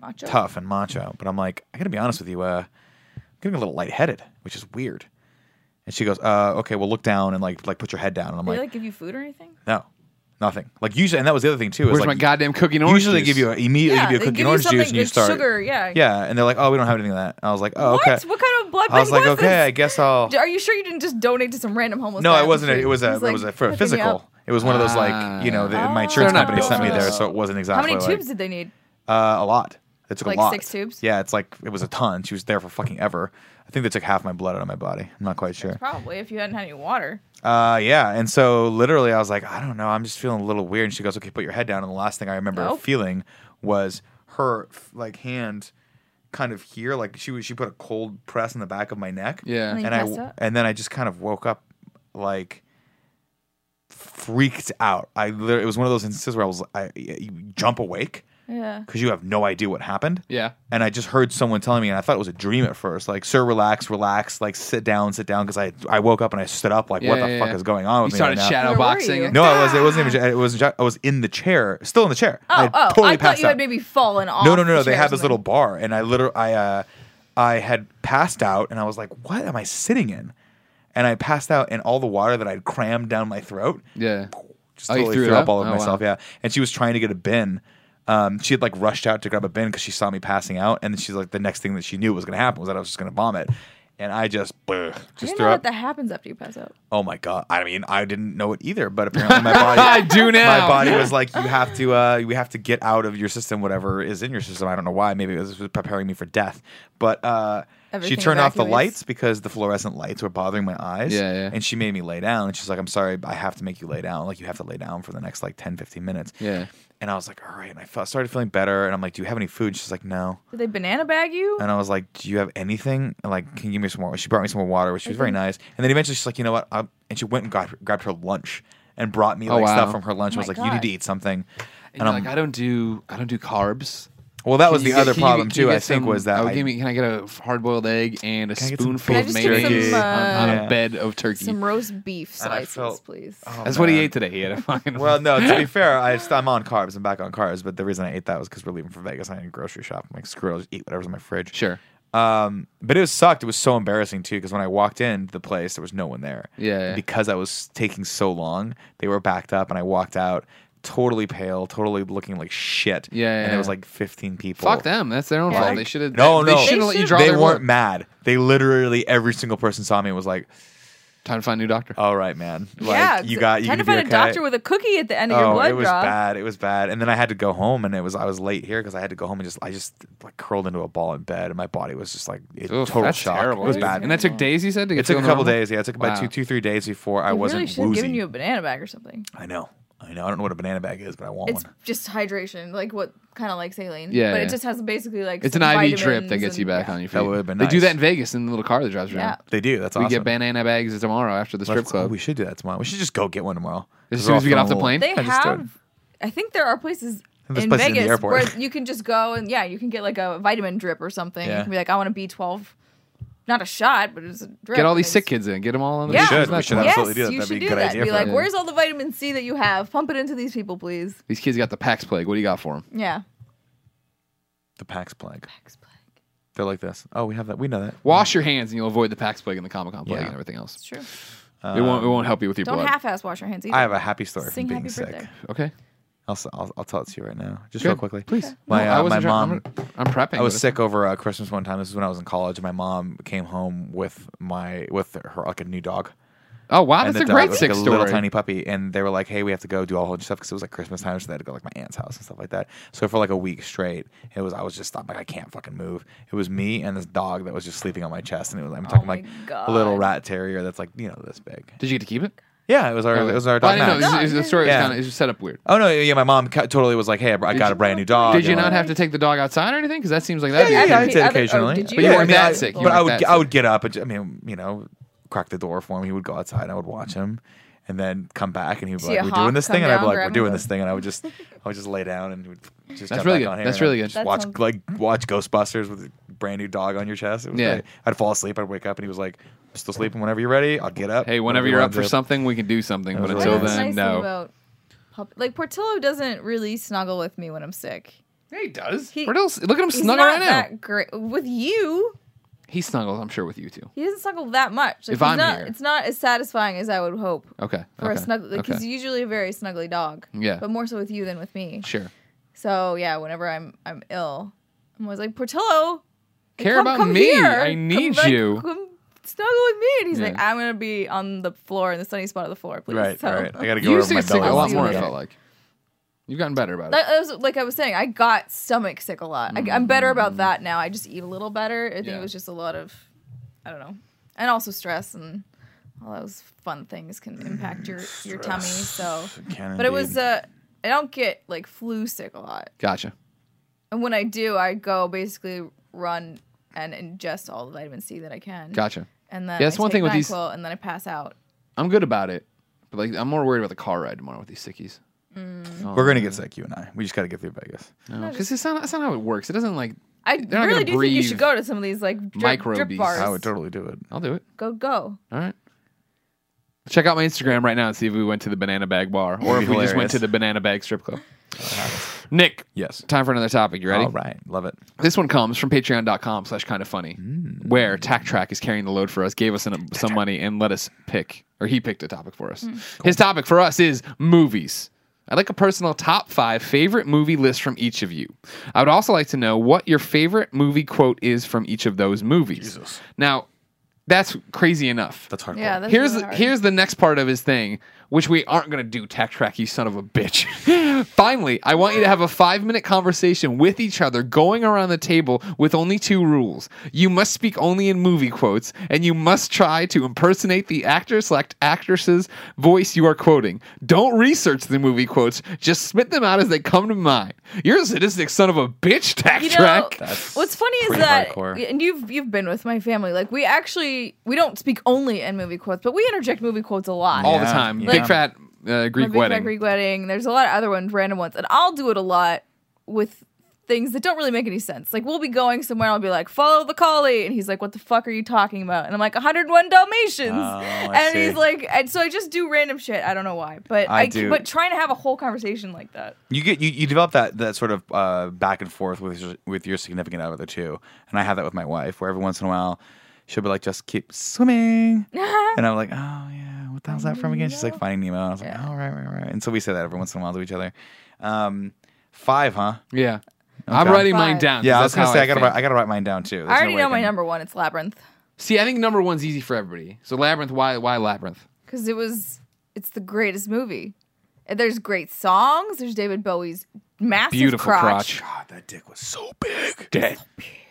Macho.
tough and macho. But I'm like, I gotta be honest with you, uh, I'm getting a little lightheaded, which is weird. And she goes, uh, okay, well look down and like like put your head down. And I'm
Do they
like,
like give you food or anything?
no, nothing. Like usually, and that was the other thing too. is,
Where's
like,
my goddamn cooking orange?
Usually they
juice?
give you a, immediately give you a
they
cookie and orange juice
something-
and you
it's
start.
sugar. Yeah.
Yeah, and they're like, oh, we don't have anything of that. I was like, oh,
What?
okay.
What kind of blood
I was
bank
like,
was
okay,
this?
I guess
<laughs>
I'll.
Are you sure you didn't just donate to some random homeless?
No, I
guy on the
wasn't. A,
street?
it was a
He's,
it was a
like,
for a
hooking you up.
physical. It was one of those
Ah.
like you know the, my
They're
insurance
not
company sent me
built for
there,
that.
so it wasn't
How
exactly
many
like-
tubes did they need?
Uh, a lot. It took
Like
a lot.
six tubes?
Yeah, it's like it was a ton. She was there for fucking ever. I think they took half my blood out of my body. I'm not quite sure.
Probably if you hadn't had any water.
Uh, yeah, and so literally, I was like, I don't know. I'm just feeling a little weird. And she goes, Okay, put your head down. And the last thing I remember
Nope.
feeling was her f- like hand kind of here, like she was. She put a cold press on the back of my neck.
Yeah.
And
and,
then you passed
I
out?
and then I just kind of woke up like freaked out. I literally, it was one of those instances where I was I you jump awake
Yeah.
because you have no idea what happened
Yeah.
and I just heard someone telling me, and I thought it was a dream at first. Like, sir, relax, relax, like sit down, sit down, because I I woke up and I stood up, like, what
Yeah,
the
yeah,
fuck
yeah.
is going on
You
with me?
started
right now?
shadow
Where were
boxing.
you?
and-
Oh, No, I was. It wasn't even. It was. I was in the chair, still in the chair.
Oh, oh!
totally
I thought
passed
you had
out.
maybe fallen off.
No, no, no, no.
the
They
chair or
had this
something.
little bar, and I literally, I, uh, I had passed out, and I was like, "What am I sitting in?" And I passed out, and all the water that I'd crammed down my throat,
Yeah.
just
Oh, you
totally
threw
threw,
it up?
up all over
Oh, wow.
myself. Yeah, and she was trying to get a bin. Um, she had like rushed out to grab a bin because she saw me passing out, and then she's like, the next thing that she knew was going to happen was that I was just going to vomit, and I just, bleh,
I
just
didn't
threw
know
up.
that that happens after you pass out.
oh my god! I mean, I didn't know it either, but apparently my body,
<laughs> I do now.
my body was like, you have to, uh, we have to get out of your system whatever is in your system. I don't know why. Maybe it was it was preparing me for death. But uh, she
Everything
turned off the
evacuates.
lights because the fluorescent lights were bothering my eyes.
Yeah, yeah.
And she made me lay down. And she's like, I'm sorry, I have to make you lay down. Like, you have to lay down for the next like 10, 15 minutes.
Yeah.
And I was like, all right. And I felt, started feeling better. And I'm like, do you have any food? She's like, no.
Did they banana bag you?
And I was like, do you have anything? And, like, can you give me some more? She brought me some more water, which was very nice. And then eventually she's like, you know what? i and she went and got, grabbed her lunch and brought me
Oh,
like
wow.
stuff from her lunch.
Oh
I was
my
like, you
God.
need to eat something.
And, you're like I don't do I don't do carbs.
Well, that
Can
was
you
the
get-
other
can you-
problem
can you
too.
get
I think
some-
was that
oh,
I,
give me, can I get a hard boiled egg and a
Can I get some
spoonful
Can I
of
just get
mayonnaise
some,
on, on
uh,
a bed of turkey?
Some roast beef slices,
felt-
please.
That's what he ate today. He had a fucking
Oh, Well, no. To
<laughs>
be fair, I st- I'm on carbs. I'm back on carbs. But the reason I ate that was because we're leaving for Vegas. and I didn't grocery shop. I'm like, screw it. I'll just eat whatever's in my fridge.
sure.
Um, but it was sucked. It was so embarrassing too because when I walked in the place, there was no one there.
Yeah, yeah.
And Because I was taking so long, they were backed up, and I walked out totally pale, totally looking like shit.
Yeah, yeah,
And
yeah.
there was like 15 people.
Fuck them. That's their own
Yeah.
fault.
Like,
they should have.
No,
they,
no.
shouldn't let you draw
They
their
weren't
blood.
mad. They literally every single person saw me and was like,
Time to find a new doctor.
"All right, man. Like,
yeah,
you got you
trying to
gonna
find
be
a
okay?"
doctor with a cookie at the end of your
oh,
blood
it was
draw.
bad. It was bad. And then I had to go home, and it was I was late here because I had to go home and just I just like curled into a ball in bed, and my body was just like it,
Oof,
total
that's
shock.
terrible.
it was
dude.
bad.
And that took days. You said to get
It took a
feeling
couple
normal?
days. Yeah, it took about
Wow.
two, two, three days before I
They really
wasn't
should have
woozy.
given you a banana bag or something.
I know. I know. I don't know what a banana bag is, but I want
It's
one.
just hydration, like what kind of like saline.
Yeah,
but
yeah.
it just has basically like
It's an
some
IV drip that
vitamins
gets you
and-
back
yeah.
on your feet.
That would've been
They do
nice.
that in Vegas in the little car that drives around.
Yeah.
They do. That's
We
awesome.
get banana bags tomorrow after the strip
That's-
club.
We should do that tomorrow. We should just go get one tomorrow.
As
'Cause
soon
we're
as we
all
get off the
feeling a
plane?
They
I just do it.
have. I think there are places
There's
in
places in the
Vegas
airport.
where you can just go and yeah, you can get like a vitamin drip or something.
Yeah.
You can be like, I want a B twelve. not a shot, but it was a drip.
Get all
and
these
it's-
sick kids in. Get them all on the
Yeah.
We should.
Isn't
We
that
should
cool?
absolutely do
yes,
that.
you
That'd be
should
a
do
good
that.
idea
Be
for
like,
them.
where's all the vitamin C that you have? Pump it into these people, please.
These kids got the Pax plague. What do you got for them?
Yeah.
The Pax Plague. They're like this. Oh, we have that. We know that.
Wash your hands and you'll avoid the Pax plague and the Comic Con plague
Yeah.
and everything else.
It's true.
it won't. It won't help you with your
Don't
blood.
half-ass wash your hands either.
Uh, I have a happy story
Sing
from being
happy
sick.
birthday.
okay.
I'll, s- I'll, I'll tell it to you right now, just
Good.
real quickly.
Please.
My,
No, I
uh,
wasn't
my
trying-
mom-
I'm, I'm prepping.
I was
but-
sick over uh, Christmas one time. This is when I was in college. and My mom came home with my with her like a new dog.
Oh wow,
and
that's
the
a
dog
great
was
sick
like a
story.
little tiny puppy. And they were like, "Hey, we have to go do all whole stuff because it was like Christmas time, so they had to go like my aunt's house and stuff like that." So for like a week straight, it was I was just I'm like I can't fucking move. It was me and this dog that was just sleeping on my chest, and it was I'm
Oh
talking
my
like
God.
a little rat terrier that's like you know this big.
Did you get to keep it?
Yeah, it was our
Okay.
it was our
Oh, Well, I
dog.
didn't know.
Max.
This is- this is- The story is
Yeah.
kind of it's just set up weird.
Oh no, yeah, my mom ca- totally was like, "Hey, I br- I got a brand new dog."
Did you
and,
not
like-
have to take the dog outside or anything? Because that seems like that.
Yeah,
Other
yeah, I
pe-
did
other- oh,
occasionally.
did
But
you?
you
yeah,
weren't
I mean,
that
I-
sick. You
But I
weren't
would,
that
I
sick.
would get up and ju- I mean, you know, crack the door for him. He would go outside, and I would watch him, and then come back, and he'd be
See
like,
a
"We're
hawk
doing this
come
thing," and I'd be
down,
like,
grab
"We're
him
doing
by-
this thing," and I would just,
<laughs>
I would just lay down and would just. jump
really
back
good.
On here
That's
and
really good.
Just
That
watch
sounds-
like watch Ghostbusters with a brand new dog on your chest. It was
Yeah.
great. I'd fall asleep. I'd wake up, and he was like, "I'm "Still sleeping? Whenever you're ready, I'll get up."
Hey, whenever
Whatever
you're
you
up for
wanna do."
something, we can do something. But
was
until
like-
That's
then,
nice thing
no.
about pup- like Portillo doesn't really snuggle with me when I'm sick.
Yeah, he does.
He-
Where else? Look at him
He's
snuggle
not
right now.
that great with you.
He snuggles. I'm sure with you too.
He doesn't snuggle that much. Like,
If
he's
I'm
not,
here.
it's not as satisfying as I would hope
Okay.
for
okay.
a snuggle. Like
okay.
he's usually a very snuggly dog.
Yeah.
but more so with you than with me.
Sure.
So yeah, whenever I'm I'm ill, I'm always like Portillo. like,
Care
come-
about
come
me.
here.
I
Come,
need
like,
you.
Come snuggle with me, and he's
Yeah.
like, I'm gonna be on the floor in the sunny spot of the floor, please.
Right,
so,
right. I gotta go
You used
over
to
my
get sick
belly.
a lot
button.
more. I
Yeah.
felt like you've gotten better about it.
That, that was like I was saying. I got stomach sick a lot. I, am better about that now. I just eat a little better. I think
Mm. Yeah.
it was just a lot of, I don't know, and also stress and all those fun things can
Mm,
impact your your tummy. So,
Can
but it was.
indeed.
Uh, I don't get like flu sick a lot,
Gotcha.
and when I do, I go basically run and ingest all the vitamin C that I can.
Gotcha.
And then
Yeah, that's
I
one
take
thing with these-
NyQuil and then I pass out.
I'm good about it, but like I'm more worried about the car ride tomorrow with these sickies.
We're gonna get sick, you and I. We just gotta get through Vegas.
Because it's not that's not how it works. It doesn't like
I
They're not gonna
really do think you
breathe
should go to some of these like drip,
microbes.
drip bars.
I would totally do it.
I'll do it.
Go go.
All right. Check out my Instagram right now and see if we went to the banana bag bar or
It'd
if
be
we just went
hilarious.
to the banana bag strip club. Nick,
Yes.
time for another topic. You ready?
All right, love it.
This one comes from patreon.com slash kind of funny, where Tac Track is carrying the load for us, gave us an, some money, and let us pick, or he picked a topic for us. His topic for us is movies. I'd like a personal top five favorite movie list from each of you. I would also like to know what your favorite movie quote is from each of those movies.
Jesus.
Now, that's crazy enough.
That's hard.
Yeah, that's
here's
really
the,
hard.
here's the next part of his thing, which we aren't going to do, Tech Track, you son of a bitch. <laughs> Finally, I want you to have a five minute conversation with each other, going around the table with only two rules: you must speak only in movie quotes, and you must try to impersonate the actor select actress's voice you are quoting. Don't research the movie quotes; just spit them out as they come to mind. You're a sadistic son of a bitch, Tech
You know,
Track.
That's
what's funny is
pretty
that,
hardcore.
and you've you've been with my family. Like we actually we don't speak only in movie quotes, but we interject movie quotes a lot.
All the
Yeah,
time,
yeah.
big fat uh,
My
Greek
Big Fat
wedding.
Greek wedding. There's a lot of other ones, random ones, and I'll do it a lot with things that don't really make any sense. Like we'll be going somewhere, and I'll be like, "Follow the collie," and he's like, "What the fuck are you talking about?" And I'm like, "101 Dalmatians,"
Oh, I
and
see.
he's like, and so I just do random shit. I don't know why, but
I
I,
do.
but trying to have a whole conversation like that.
You get you, you develop that that sort of uh, back and forth with your, with your significant other too, and I have that with my wife, where every once in a while she'll be like, "Just keep
<laughs>
swimming," and I'm like, "Oh yeah, what the hell's that from again?" She's like, "Finding Nemo." And I was like, "Oh right, right, right." And so we say that every once in a while to each other. Um, five, huh?
Yeah, I'm
Okay.
writing mine
Five.
down. 'cause
Yeah, I was
that's
gonna
how
say I gotta
think.
write, I gotta write mine down too. There's no
I already
way
know
I
my
can-
number one. It's labyrinth.
See, I think number one's easy for everybody. So labyrinth, why why labyrinth?
because it was it's the greatest movie. And There's great songs. There's David Bowie's massive
Beautiful crotch.
God, that dick was so big.
Dead.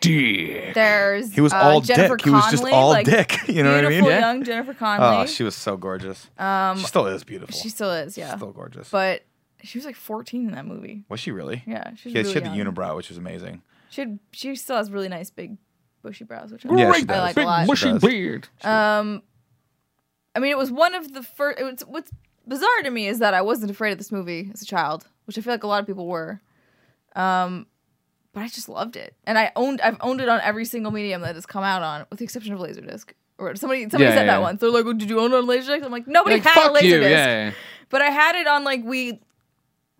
Dick.
There's
He was
uh,
all
Jennifer
dick. He was just
Conelly,
all
like,
dick. <laughs> You know what I mean?
Beautiful
Yeah.
young Jennifer Connelly.
Oh, she was so gorgeous. Um, she still is beautiful.
she still is, yeah.
still gorgeous.
But she was like 14 in that movie.
was she really?
Yeah, she was
Yeah,
really
she had
young.
the unibrow, which was amazing.
She had, she still has really nice big bushy brows, which I
Yeah,
like.
she
I
does.
like a
big
lot.
mushy
does.
beard.
Um, I mean, it was one of the first. It was, what's bizarre to me is that I wasn't afraid of this movie as a child, which I feel like a lot of people were. Um, but I just loved it, and I owned I've owned it on every single medium that it's come out on, with the exception of Laserdisc. Or somebody somebody
Yeah,
said
yeah,
that
yeah.
once. They're like, well, "Did you own it on Laserdisc?" I'm like, "Nobody
Like,
had a
fuck
Laserdisc."
you. Yeah, yeah, yeah.
But I had it on like we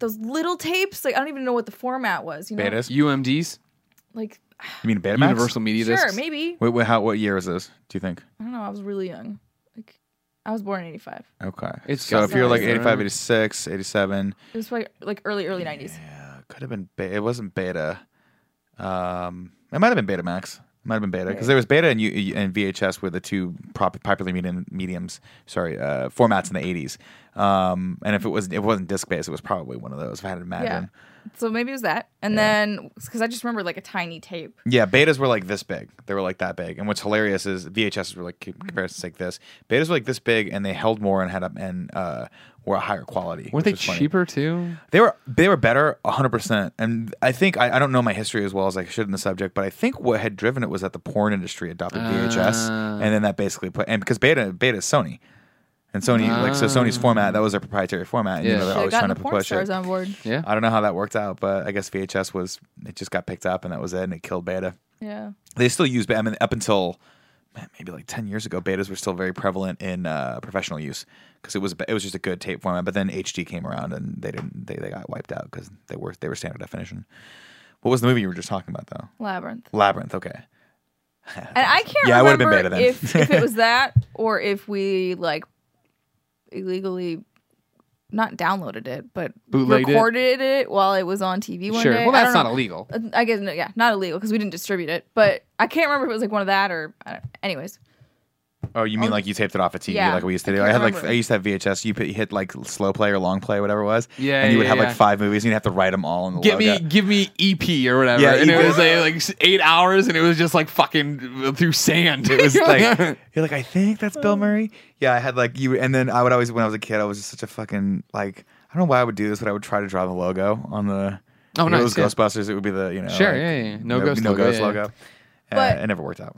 those little tapes. Like I don't even know what the format was. You know,
Betas?
UMDs,
like
You mean Betamax?
Universal Media
sure,
Discs.
maybe
Wait, wait, how? What year is this? Do you think?
I don't know. I was really young. Like I was born in '85.
Okay.
It's
so
got
if you're
some-
like 85, 86, 87,
It was like like early early '90s.
yeah, could have been. Beta. It wasn't Beta. Um, it might have been Betamax. It might have been Beta because there was Beta and U- and VHS were the two prop- popular medium, mediums. Sorry, uh, formats in the 80s. Um, and if it was if it wasn't disc based, it was probably one of those. If I had to imagine.
So maybe it was that. And then because I just remember like a tiny tape.
Yeah, betas were like this big. They were like that big. And what's hilarious is VHSs were like comparisons like this. Betas were like this big, and they held more and had a and uh, were a higher quality.
Weren't
which
they
was funny.
cheaper too?
They were they were better, hundred percent. And I think I, I don't know my history as well as I should in the subject, but I think what had driven it was that the porn industry adopted VHS,
Ah.
and then that basically put and because beta beta is Sony. And Sony, like, so Sony's format, that was their proprietary format. And,
Yeah.
you know,
Should've
they're always trying
Should have gotten the
to
porn
push
stars
it.
on board.
Yeah.
I don't know how that worked out, but I guess VHS was, it just got picked up and that was it, and it killed beta
Yeah.
they still use beta. I mean, up until man, maybe like ten years ago, betas were still very prevalent in uh, professional use because it was it was just a good tape format. But then HD came around and they didn't they, they got wiped out because they were they were standard definition. What was the movie you were just talking about though?
Labyrinth.
Labyrinth. Okay.
And I can't
Yeah, I would've
remember
been better
if if it
<laughs>
was that or if we like illegally not downloaded it, but
Bootlegged it?
recorded it. while it was on TV one
Sure.
day.
Well,
I
that's
don't
not
know.
illegal.
Uh, I guess no, yeah, not illegal because we didn't distribute it. But I can't remember if it was like one of that or. I don't, anyways,
Oh, you mean like you taped it off a TV
Yeah,
like we used to
I
do?
can't
I had like
remember.
I used to have VHS. You, put, you hit like slow play or long play, whatever it was.
Yeah,
And you would
yeah,
have
yeah.
like five movies, and you'd have to write them all in the
Give me,
logo.
give me EP or whatever.
Yeah, E
and it
EP.
was
<laughs>
uh, like s- eight hours, and it was just like fucking through sand. <laughs>
It was like <laughs> you're like I think that's
Oh.
Bill Murray. Yeah, I had like you, and then I would always when I was a kid, I was just such a fucking like I don't know why I would do this, but I would try to draw the logo on the.
Oh,
if it
nice,
was
yeah.
Ghostbusters. It would be the you know
Sure,
like,
yeah, yeah, yeah. No ghost
no
logo,
ghost
yeah, yeah.
logo.
But-
uh, it never worked out.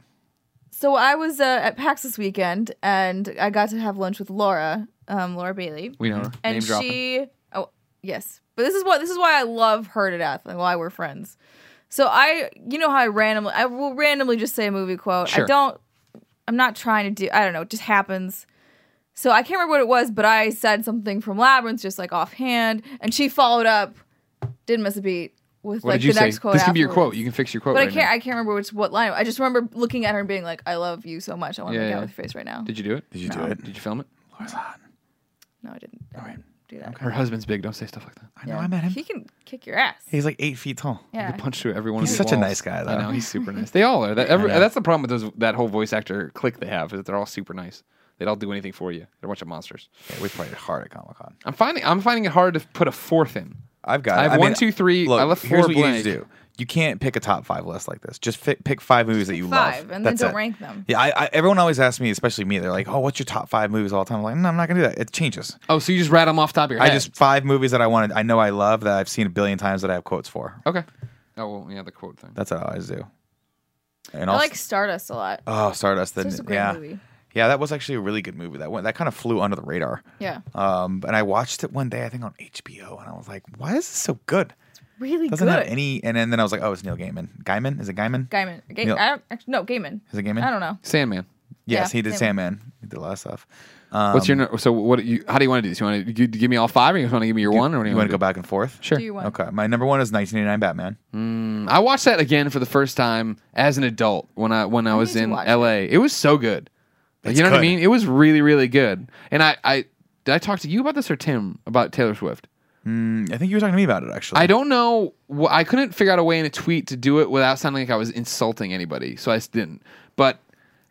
So I was uh, at PAX this weekend, and I got to have lunch with Laura, um, Laura Bailey,
we know her.
and
name dropping.
she. Oh yes, but this is what this is why I love her to death, and why we're friends. So I, you know how I randomly, I will randomly just say a movie quote.
Sure.
I don't. I'm not trying to do. I don't know. It just happens. So I can't remember what it was, but I said something from Labyrinth just like offhand, and she followed up, didn't miss a beat with
What
like
did you
the
say?
next
This
quote.
can be your
afterwards.
quote. You can fix your quote
But
right
I can't.
now.
I can't remember which what line. I just remember looking at her and being like, "I love you so much. I want to
Yeah,
make
yeah.
out with your face right now."
Did you do it?
Did you
No.
do it?
Did you film it?
no, I didn't. I didn't do that.
Her husband's big. Don't say stuff like that.
I know I met him.
He can kick your ass.
He's like eight feet tall.
yeah.
Punch through everyone.
He's such a nice guy,
I
though.
know he's super nice. They all are. That, every,
<laughs> I know.
that's the problem with those. That whole voice actor clique they have is that they're all super nice. They'd all do anything for you. They're a bunch of monsters.
Yeah, we played hard at Comic Con.
I'm finding. I'm finding it hard to put a fourth in.
I've got.
I have
it.
one,
mean,
two, three.
Look,
I left
here's
four
what
blank.
you need to do. You can't pick a top five list like this. Just fi- pick five movies that you
five,
love.
and
That's
then don't
it.
rank them.
Yeah, I, I, everyone always asks me, especially me. They're like, "Oh, what's your top five movies of all time?" I'm like, "No, I'm not gonna do that. It changes.
Oh, so you just rattle them off the top of your head.
I just five movies that I wanted. I know I love that I've seen a billion times that I have quotes for.
okay. Oh well, yeah, the quote thing.
That's what I always do. And
I
also,
like Stardust a lot.
oh, Stardust. The,
It's just a great
yeah,
movie.
yeah, that was actually a really good movie. That went that kind of flew under the radar.
Yeah,
Um, and I watched it one day, I think on HBO, and I was like, "Why is this so good?"
really
Doesn't
good.
have any. And then, then I was like, "Oh, it's Neil Gaiman. Gaiman is it Gaiman?
Gaiman. Ga-
Neil-
I don't, actually, no, Gaiman.
Is it Gaiman?
I don't know.
Sandman.
Yes,
Yeah,
he did
Gaiman.
Sandman. He did a lot of stuff. Um,
What's your your so what? You, how do you want to do this? You want to give me all five, or you want to give me your one, or what do
You
want
want to go back and forth?
Sure.
Do you want?
Okay, my number one is 1989 Batman.
I watched that again for the first time as an adult when I when I was
did you
in
watch
LA. It? was so good. Like,
It's
you know what I
good.
mean? It was really really good. And I I did I talk to you about this or Tim about Taylor Swift?
Mm, I think you were talking to me about it actually.
I don't know. wh- I couldn't figure out a way in a tweet to do it without sounding like I was insulting anybody, so I just didn't. But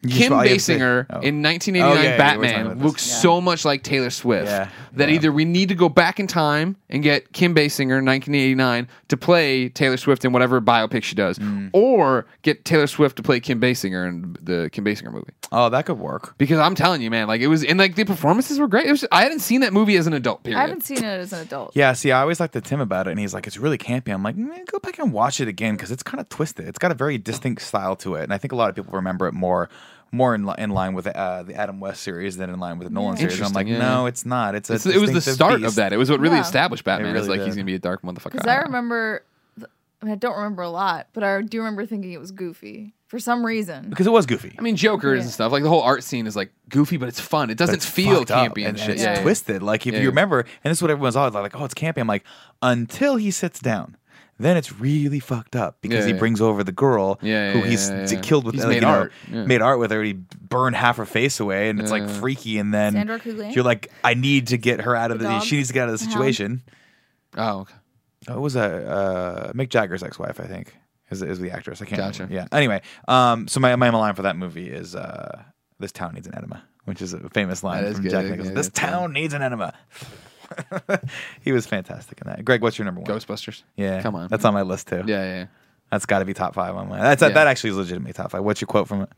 just
Kim
thought you'd say-
Basinger
oh.
in
Oh,
1989
yeah, yeah, we were talking
Batman
about
looks so much like Taylor Swift
Yeah,
that
yeah.
either we need to go back in time and get Kim Basinger in 1989 to play Taylor Swift in whatever biopic she does,
Mm.
or get Taylor Swift to play Kim Basinger in the Kim Basinger movie.
Oh, that could work.
Because I'm telling you, man, like it was, and like the performances were great. It was, I hadn't seen that movie as an adult. Period.
I haven't seen it as an adult.
Yeah, see, I always talk to Tim about it, and he's like, "It's really campy." I'm like, "Man, "Go back and watch it again because it's kind of twisted. It's got a very distinct style to it, and I think a lot of people remember it more, more in, li- in line with uh, the Adam West series than in line with the Nolan series." And I'm like,
Interesting, yeah.
"No, it's not. It's, a
It's- it was the
distinctive
start
beast."
of that. It was what really
Yeah.
established Batman.
It
It's
really
like
did.
he's gonna be a dark motherfucker.
Because I remember th- I, mean, I don't remember a lot, but I do remember thinking it was goofy for some reason.
because it was goofy.
I mean, Jokers and stuff. Like the whole art scene is like goofy, but it's fun. It doesn't
it's
feel
fucked up
campy and, shit.
It's
Yeah, yeah.
twisted. Like if
Yeah.
you remember, and this is what everyone's always like, oh, it's campy. I'm like, until he sits down. Then it's really fucked up because
Yeah,
he
yeah.
brings over the girl
Yeah,
who
yeah,
he's
yeah,
d-
yeah.
killed with,
He's
like,
made
you know,
art, yeah.
made art with her. He burned half her face away, and it's like
Yeah.
freaky. And then
Sandra Kugelin?
you're like, I need to get her out of
The
the.
dog? Uh-huh.
She needs to get out of the
The hound?
situation.
Oh, okay.
It was a uh, Mick Jagger's ex-wife, I think, is, is the actress. I can't.
Gotcha.
Remember. Yeah. Anyway, um, so my my line for that movie is uh, "This town needs an enema," which is a famous line
That is
from
good.
Jack Nicholson.
Yeah,
this
that's good.
town needs an enema. <laughs> he was fantastic in that. Greg, what's your number one?
Ghostbusters.
Yeah,
Come on.
That's on my list too.
yeah, yeah, yeah.
that's got to be top five on my. That's
Yeah.
that actually is legitimately top five. What's your quote from it?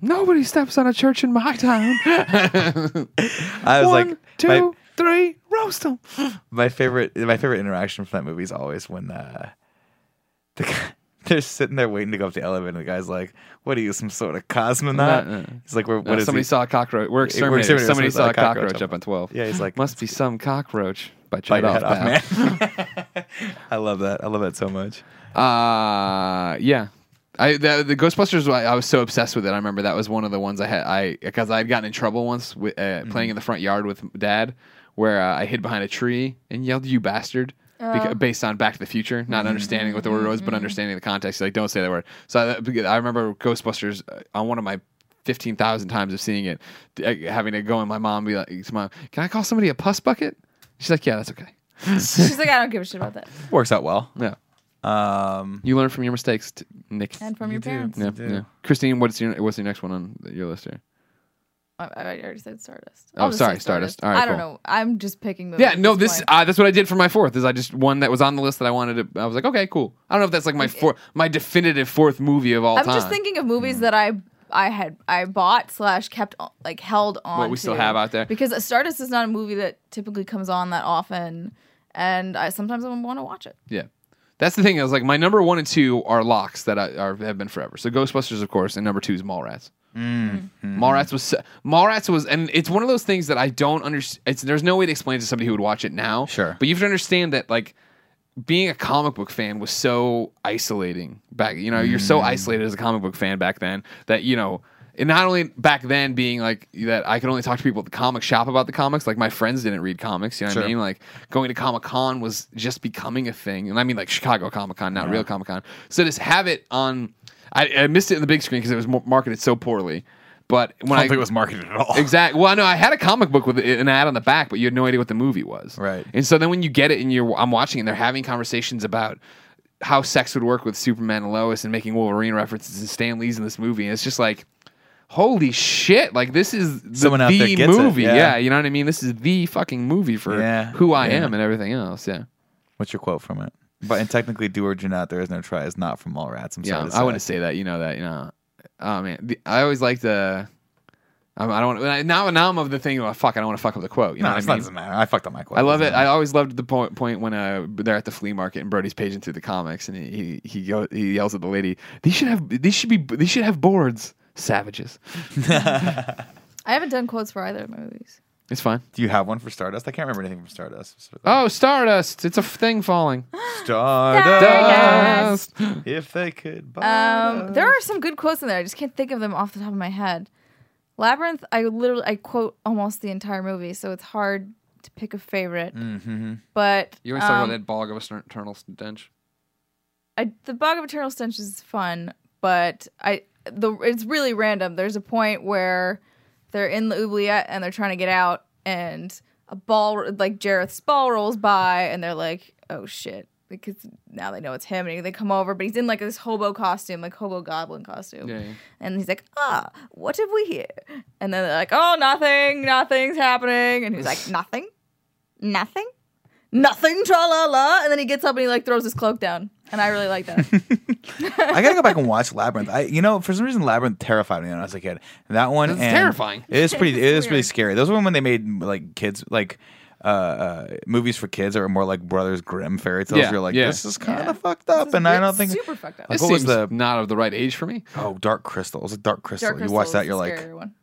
Nobody steps on a church in
<laughs>
my town. <laughs>
I was like, my-
three, roast them.
my favorite my favorite interaction from that movie is always when uh, the guy, <laughs> they're sitting there waiting to go up the elevator, and the guy's like, "What are you, some sort of cosmonaut?"
No, no.
He's like, "We're- "What is
Uh, somebody
he?"
saw a cockroach. We're
Yeah, we're
exterminators.
exterminators.
Somebody saw a cockroach,
cockroach
up on 12.
Yeah, he's like,
Must be some cockroach. Bite your
"Bite
head
your
off,
head off,
pal.
man."
<laughs>
<laughs> I love that. I love that so much.
Uh yeah. I the, the Ghostbusters. I, I was so obsessed with it. I remember that was one of the ones I had. I because I had gotten in trouble once with, uh, playing in the front yard with Dad, where uh, I hid behind a tree and yelled "You bastard!" Because, based on Back to the Future, not understanding what the word was, but understanding the context. Like, don't say that word. So I, uh, I remember Ghostbusters uh, on one of my fifteen thousand times of seeing it, uh, having to go and my mom be like, to "Mom, can I call somebody a puss bucket?" She's like, "Yeah, that's okay."
She's like, I don't give a shit about that.
Works out well.
Yeah,
Um,
you learn from your mistakes, t- Nick.
And from
You
your
do.
parents.
Yeah,
do.
yeah. Christine, what's your what's your next one on your list here?
I, I already said Stardust.
Oh,
I'll just say
sorry, Stardust. All right,
I don't
cool.
know. I'm just picking movies.
Yeah,
at
no, this
point.
uh, that's what I did for my fourth. Is I just one that was on the list that I wanted to. I was like, okay, cool. I don't know if that's like my four, my definitive fourth movie of all
I'm
time. Mm.
just thinking of movies that I I had I bought slash kept o- like held on.
What we still
to.
have out there.
because Stardust is not a movie that typically comes on that often, and I sometimes I want to watch it.
Yeah. That's the thing. I was like, my number one and two are locks that I, are, have been forever. So Ghostbusters, of course, and number two is Mallrats. Mallrats was se- Mallrats was, and it's one of those things that I don't understand. There's no way to explain it to somebody who would watch it now.
Sure.
but you have to understand that like being a comic book fan was so isolating back. You know, you're so isolated as a comic book fan back then that you know. And not only back then being like that, I could only talk to people at the comic shop about the comics. Like my friends didn't read comics. You know what I
Sure.
mean? Like going to Comic Con was just becoming a thing, and I mean like Chicago Comic Con, not real Comic Con. So just have it on. I, I missed it in the big screen because it was mo- marketed so poorly. But when
I
I,
don't think it was marketed at all.
Exactly. Well, I know I had a comic book with an ad on the back, but you had no idea what the movie was.
Right.
And so then when you get it and you're, I'm watching and they're having conversations about how sex would work with Superman and Lois and making Wolverine references and Stan Lee's in this movie. And it's just like, holy shit. Like this is the,
Someone out
the
there gets it,
movie.
yeah.
You know what I mean? This is the fucking movie for
Yeah,
who I
yeah.
am and everything else. Yeah.
What's your quote from it? But and technically, do or do not. There is no try. Is not from all rats. I'm
Yeah.
sorry. To
I
say.
wouldn't say that. You know that, you know. Oh man. The, I always like the, I'm- I don't. I- Now, now I'm of the thing. Well, fuck. I don't want to fuck up the quote. You know what
No,
I
it's
mean?
not, doesn't matter. I fucked up my quote.
I love
Doesn't
it. I always loved the point, point when uh, they're at the flea market and Brody's paging through the comics and he he, he, go, he yells at the lady. These should have these should be these should have boards. Savages.
I haven't done quotes for either of my movies.
It's fine.
Do you have one for Stardust? I can't remember anything from Stardust.
Oh, Stardust! It's a f- thing falling.
Stardust.
Stardust.
If they could buy
Um, there are some good quotes in there. I just can't think of them off the top of my head. Labyrinth, I literally I quote almost the entire movie, so it's hard to pick a favorite. But
Mm-hmm. You always talk
um,
about that bog of eternal stench.
I, the bog of eternal stench is fun, but I the it's really random. There's a point where they're in the oubliette and they're trying to get out, and a ball like Jareth's ball rolls by, and they're like, "Oh shit!" Because now they know it's him, and they come over, but he's in like this hobo costume, like hobo goblin costume,
Yeah, yeah.
and he's like, "Ah, what have we here?" And then they're like, "Oh, nothing, nothing's happening," and
<laughs>
he's like, "Nothing, nothing." nothing, tra la la. And then he gets up and he like throws his cloak down. And I
<laughs>
really like that.
I gotta go back and watch Labyrinth. I, you know, for some reason, Labyrinth terrified me when I was a kid. That one
It's
and-
terrifying.
It is pretty. it is pretty
weird.
scary. Those were when they made like kids like. Uh, uh, movies for kids that were more like Brothers Grimm fairy tales.
Yeah,
You're like,
yeah.
this is kind of
Yeah.
fucked up, and I don't think
super fucked up.
Like,
This
what was
seems
the-
not of the right age for me.
Oh, Dark Crystal. It was a Dark Crystal.
Dark
you
Crystal
watch
is
that,
the
you're like,
scarier one.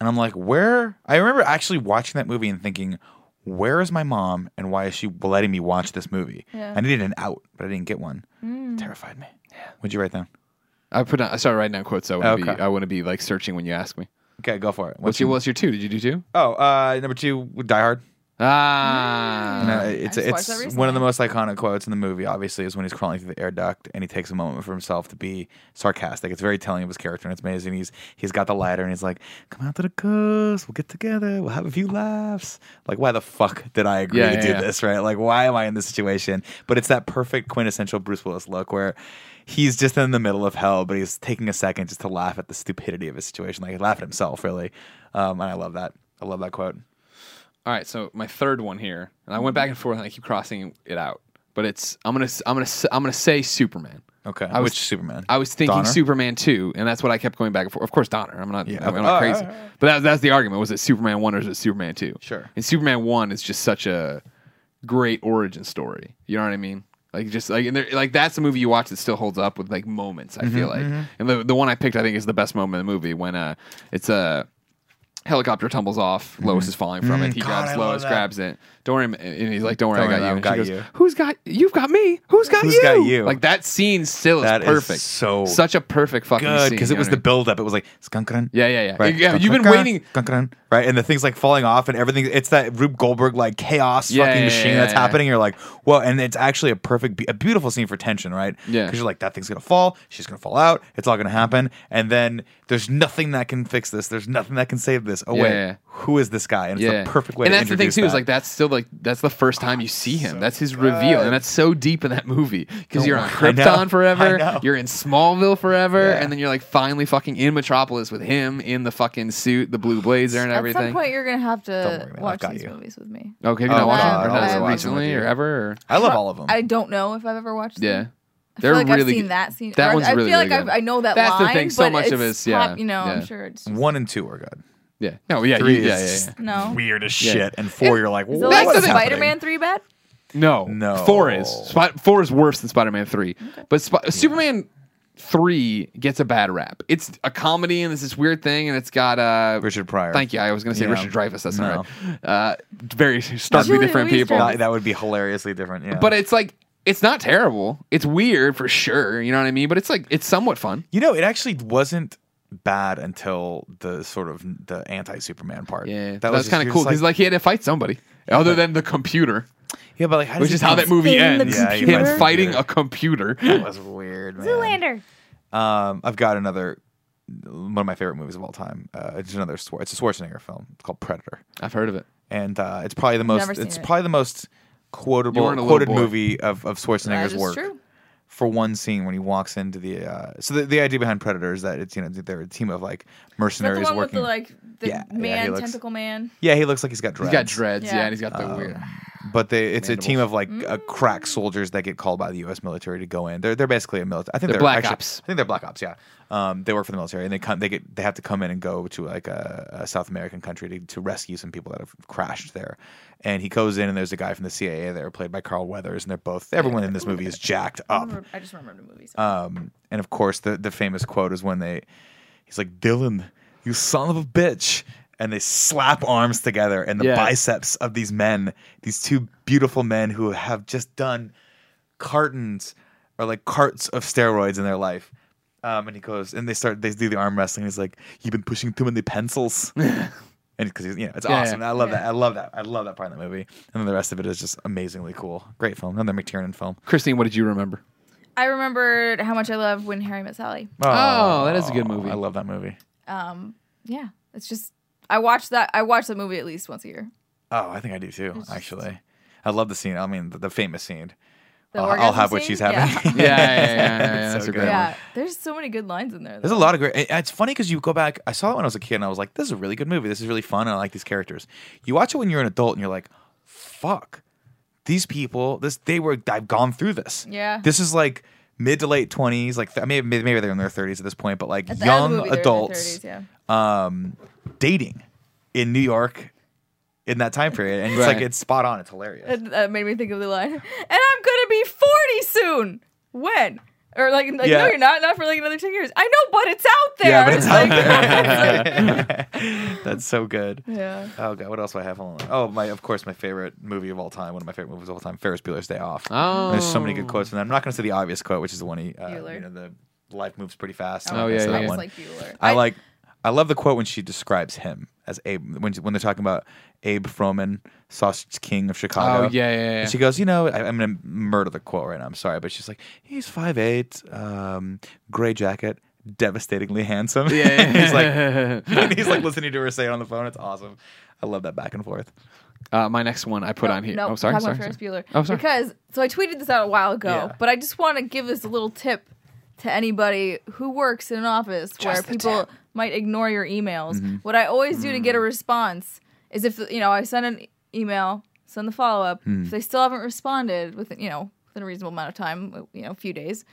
and I'm like, where? I remember actually watching that movie and thinking, where is my mom and why is she letting me watch this movie?
Yeah.
I needed an out, but I didn't get one. Terrified me. What'd you write down?
I put down, I started writing down quotes. So I want to
Okay.
be I want to be like searching when you ask me.
Okay, go for it.
What's your What's your two? Did you do two?
Oh, uh, number two, Die Hard.
Ah,
And, uh, it's
just watched
it's
that
one of the
recently.
most iconic quotes in the movie. Obviously, is when he's crawling through the air duct and he takes a moment for himself to be sarcastic. It's very telling of his character, and it's amazing. He's he's got the lighter and he's like, "Come out to the coast. We'll get together. We'll have a few laughs." Like, why the fuck did I agree
Yeah,
to
yeah,
do
yeah.
this? Right? Like, why am I in this situation? But it's that perfect quintessential Bruce Willis look where. He's just in the middle of hell, but he's taking a second just to laugh at the stupidity of his situation, like laugh at himself, really. Um, and I love that. I love that quote.
All right, so my third one here, and I went back and forth, and I keep crossing it out. But it's I'm gonna s- I'm gonna s- I'm gonna say Superman.
Okay,
was-
which Superman?
I was thinking
Donner?
Superman two, and that's what I kept going back and forth. Of course, Donner. I'm not I'm
okay.
not
Oh,
crazy,
all right, all
but that, that's the argument. Was it Superman one or is it Superman two?
Sure.
And Superman one is just such a great origin story. You know what I mean? Like just like and there, like that's a movie you watch that still holds up with like moments. I
Mm-hmm,
feel like, and the the one I picked I think is the best moment in the movie when uh it's a uh, helicopter tumbles off. Lois is falling from it. He
Mm-hmm. God, I
grabs
love
Lois,
that.
grabs it. Don't worry, ma- and he's like, "Don't worry, I
Don't worry,
got you."
I've
And
got
she goes,
you.
"Who's got? You've got me. Who's got
Who's
you?
got you?
Like that scene still is
That is
perfect.
so-
such a perfect fucking
good
scene,
because
you
it
know
was
what
the
I mean?
build up. It was like skunkrun.
Yeah, yeah, yeah.
Right.
Yeah, you've been
Skunkrun,
waiting-
Skunkrun. Right. And the thing's like falling off and everything. It's that Rube Goldberg like chaos
Yeah,
fucking
yeah,
machine
yeah,
that's
yeah.
happening. You're like, whoa. And it's actually a perfect, be- a beautiful scene for tension, right?
Yeah.
Because you're like, that thing's going to fall. She's going to fall out. It's all going to happen. And then there's nothing that can fix this. There's nothing that can save this. Oh,
Yeah,
wait.
yeah.
Who is this guy? And it's
yeah.
the perfect way
and
to
that's the thing
introduce
too is
that.
like that's still like that's the first time you see him that's his reveal and that's so deep in that movie because
Don't
you're on
worry. I know.
krypton
I know.
forever you're in smallville forever
Yeah.
and then you're like finally fucking in metropolis with him in the fucking suit the blue blazer and
At
everything
some point, you're gonna have
Don't worry,
to
man, I've
watch
got
these
you.
movies with me.
okay have you
Oh,
not watched
God,
them
I
or
love
not
them.
recently or ever or
I love all of them.
I don't know if I've ever watched. them.
yeah
I
they're
feel like
really
I've seen
good.
that scene.
That
or I-
one's
I
really,
feel like
really
I've,
good.
I know that
That's the
line.
thing, so
but
much of it's-
it's
yeah,
pop- you know,
yeah.
I'm sure it's just,
One and two are good.
yeah no yeah you,
Three
yeah, yeah,
is
yeah.
no.
weird as
Yeah.
shit. And four, you're like,
Is
what
it like
is
the
happening?
Spider-Man three bad?
No,
No.
Four is Spot, four is worse than Spider Man three, but Sp- Superman three gets a bad rap. It's a comedy and it's this weird thing, and it's got uh,
Richard Pryor.
Thank you. I was going to say
Yeah.
Richard Dreyfuss. That's
No.
not right. Uh, very starkly
Julia
different people,
Louis-Dreyfus.
That, that would be hilariously different. Yeah.
but it's like it's not terrible. It's weird for sure. You know what I mean? But it's like it's somewhat fun.
You know, it actually wasn't bad until the sort of the anti Superman part.
Yeah, that,
just-
was kind
you're
of cool
just
because like, he had to fight somebody other than the computer,
yeah, but like, how
which
does
is
he
how
conf-
that movie
Fighting the
ends.
Yeah, he
him
fights the
fighting
computer.
a computer.
That was weird, man.
Zoolander.
Um, I've got another one of my favorite movies of all time. Uh, it's another Swar- it's a Schwarzenegger film. It's called Predator,
I've heard of it.
and uh, it's probably the most.
Never seen
It's
it.
probably the most
You
quotable
weren't a little
quoted
boy.
movie of of
That
Schwarzenegger's
is
work.
true.
for one scene when he walks into the uh, so the, the idea behind Predator is that it's you know they're a team of like
Is that
mercenaries
the one with
working.
the like the
Yeah, yeah, he
man
looks-
tentacle man?
yeah, he looks like he's got dreads. Oh.
He's got dreads, yeah,
Yeah.
and he's got the weird.
but they it's
Mandibles.
a team of like uh, crack soldiers that get called by the U.S. military to go in. They're they're basically a military. I think
They're
they're,
black
actually-
ops.
I think they're black ops. Yeah, um, they work for the military and they come. They get they have to come in and go to like a, a South American country to, to rescue some people that have crashed there. And he goes in and there's a guy from the CIA there played by Carl Weathers and they're both everyone in this movie is jacked
I,
up.
remember, I just remembered the movie. So.
Um, and of course, the the famous quote is when they, he's like, "Dylan, you son of a bitch," and they slap arms together, and the
Yeah.
biceps of these men, these two beautiful men who have just done cartons or like carts of steroids in their life. Um, and he goes, and they start, they do the arm wrestling. He's like, "You've been pushing too
<laughs>
many pencils." And because you know it's
Yeah,
awesome,
yeah.
And I love that. I love that. I love that part of the movie, and then the rest of it is just amazingly cool. Great film, another McTiernan film.
Christine, what did you remember?
I remembered how much I love when Harry met Sally.
Oh, that is a good movie.
I love that movie.
Um, yeah, it's just I watch that. I watch that movie at least once a year.
Oh, I think I do too. Actually, I love the scene. I mean, the, the famous scene.
The
I'll, I'll
orgasm
have what
scene?
she's <laughs>
Yeah.
having.
Yeah, yeah, yeah, yeah, yeah,
<laughs> It's
that's a
so
great one.
good.
Yeah, there's so many good lines in there.
There's a lot of great. and It's funny because you go back. I saw it when I was a kid, and I was like, "This is a really good movie. This is really fun, and I like these characters." You watch it when you're an adult, and you're like, "Fuck, these people. This they were. I've gone through this.
Yeah.
This is like mid to late twenties. Like th- maybe maybe they're in their thirties at this point, but like
At the end of the
young
movie, they're in their
adults
30s, yeah.
um, dating in New York in that time period, and it's
Right.
like it's spot on. It's hilarious.
That- That made me think of the line, and I'm gonna be 40 soon. When? Or like, like
Yeah.
no, you're not. Not for like another ten years. I know, but it's out there.
Yeah, but it's out
like-
<laughs>
<laughs>
<laughs>
there. That's so good.
yeah.
Oh god, what else do I have? Hold on. Oh my, of course, my favorite movie of all time. One of my favorite movies of all time, Ferris Bueller's Day Off.
Oh.
There's so many good quotes from that. I'm not going to say the obvious quote, which is the one he, uh,
Bueller.
you know, the life moves pretty fast.
Oh,
I'm
yeah,
gonna say
yeah.
that
I just
one.
like Bueller.
I like. I love the quote when she describes him as Abe when when they're talking about Abe Froman, Sausage King of Chicago.
Oh, yeah, yeah, yeah.
And <laughs> she goes, you know, I, I'm gonna murder the quote right now. I'm sorry, but she's like, he's 5'8", um, gray jacket, devastatingly handsome.
yeah,
<laughs> he's like,
yeah.
and he's like listening to her say it on the phone. It's awesome. I love that back and forth.
<laughs> uh, my next one I put on here.
No,
oh, sorry,
talk
sorry.
about Ferris
sorry.
Bueller.
Oh, sorry.
Because so I tweeted this out a while ago,
Yeah.
but I just want to give this a little tip to anybody who works in an office where
the
people
tip. Mm-hmm. Mm.
might ignore your emails. What I always do to get a response is if you know I send an email, send the follow up.
Hmm.
If they still haven't responded within you know within a reasonable amount of time, you know, a few days,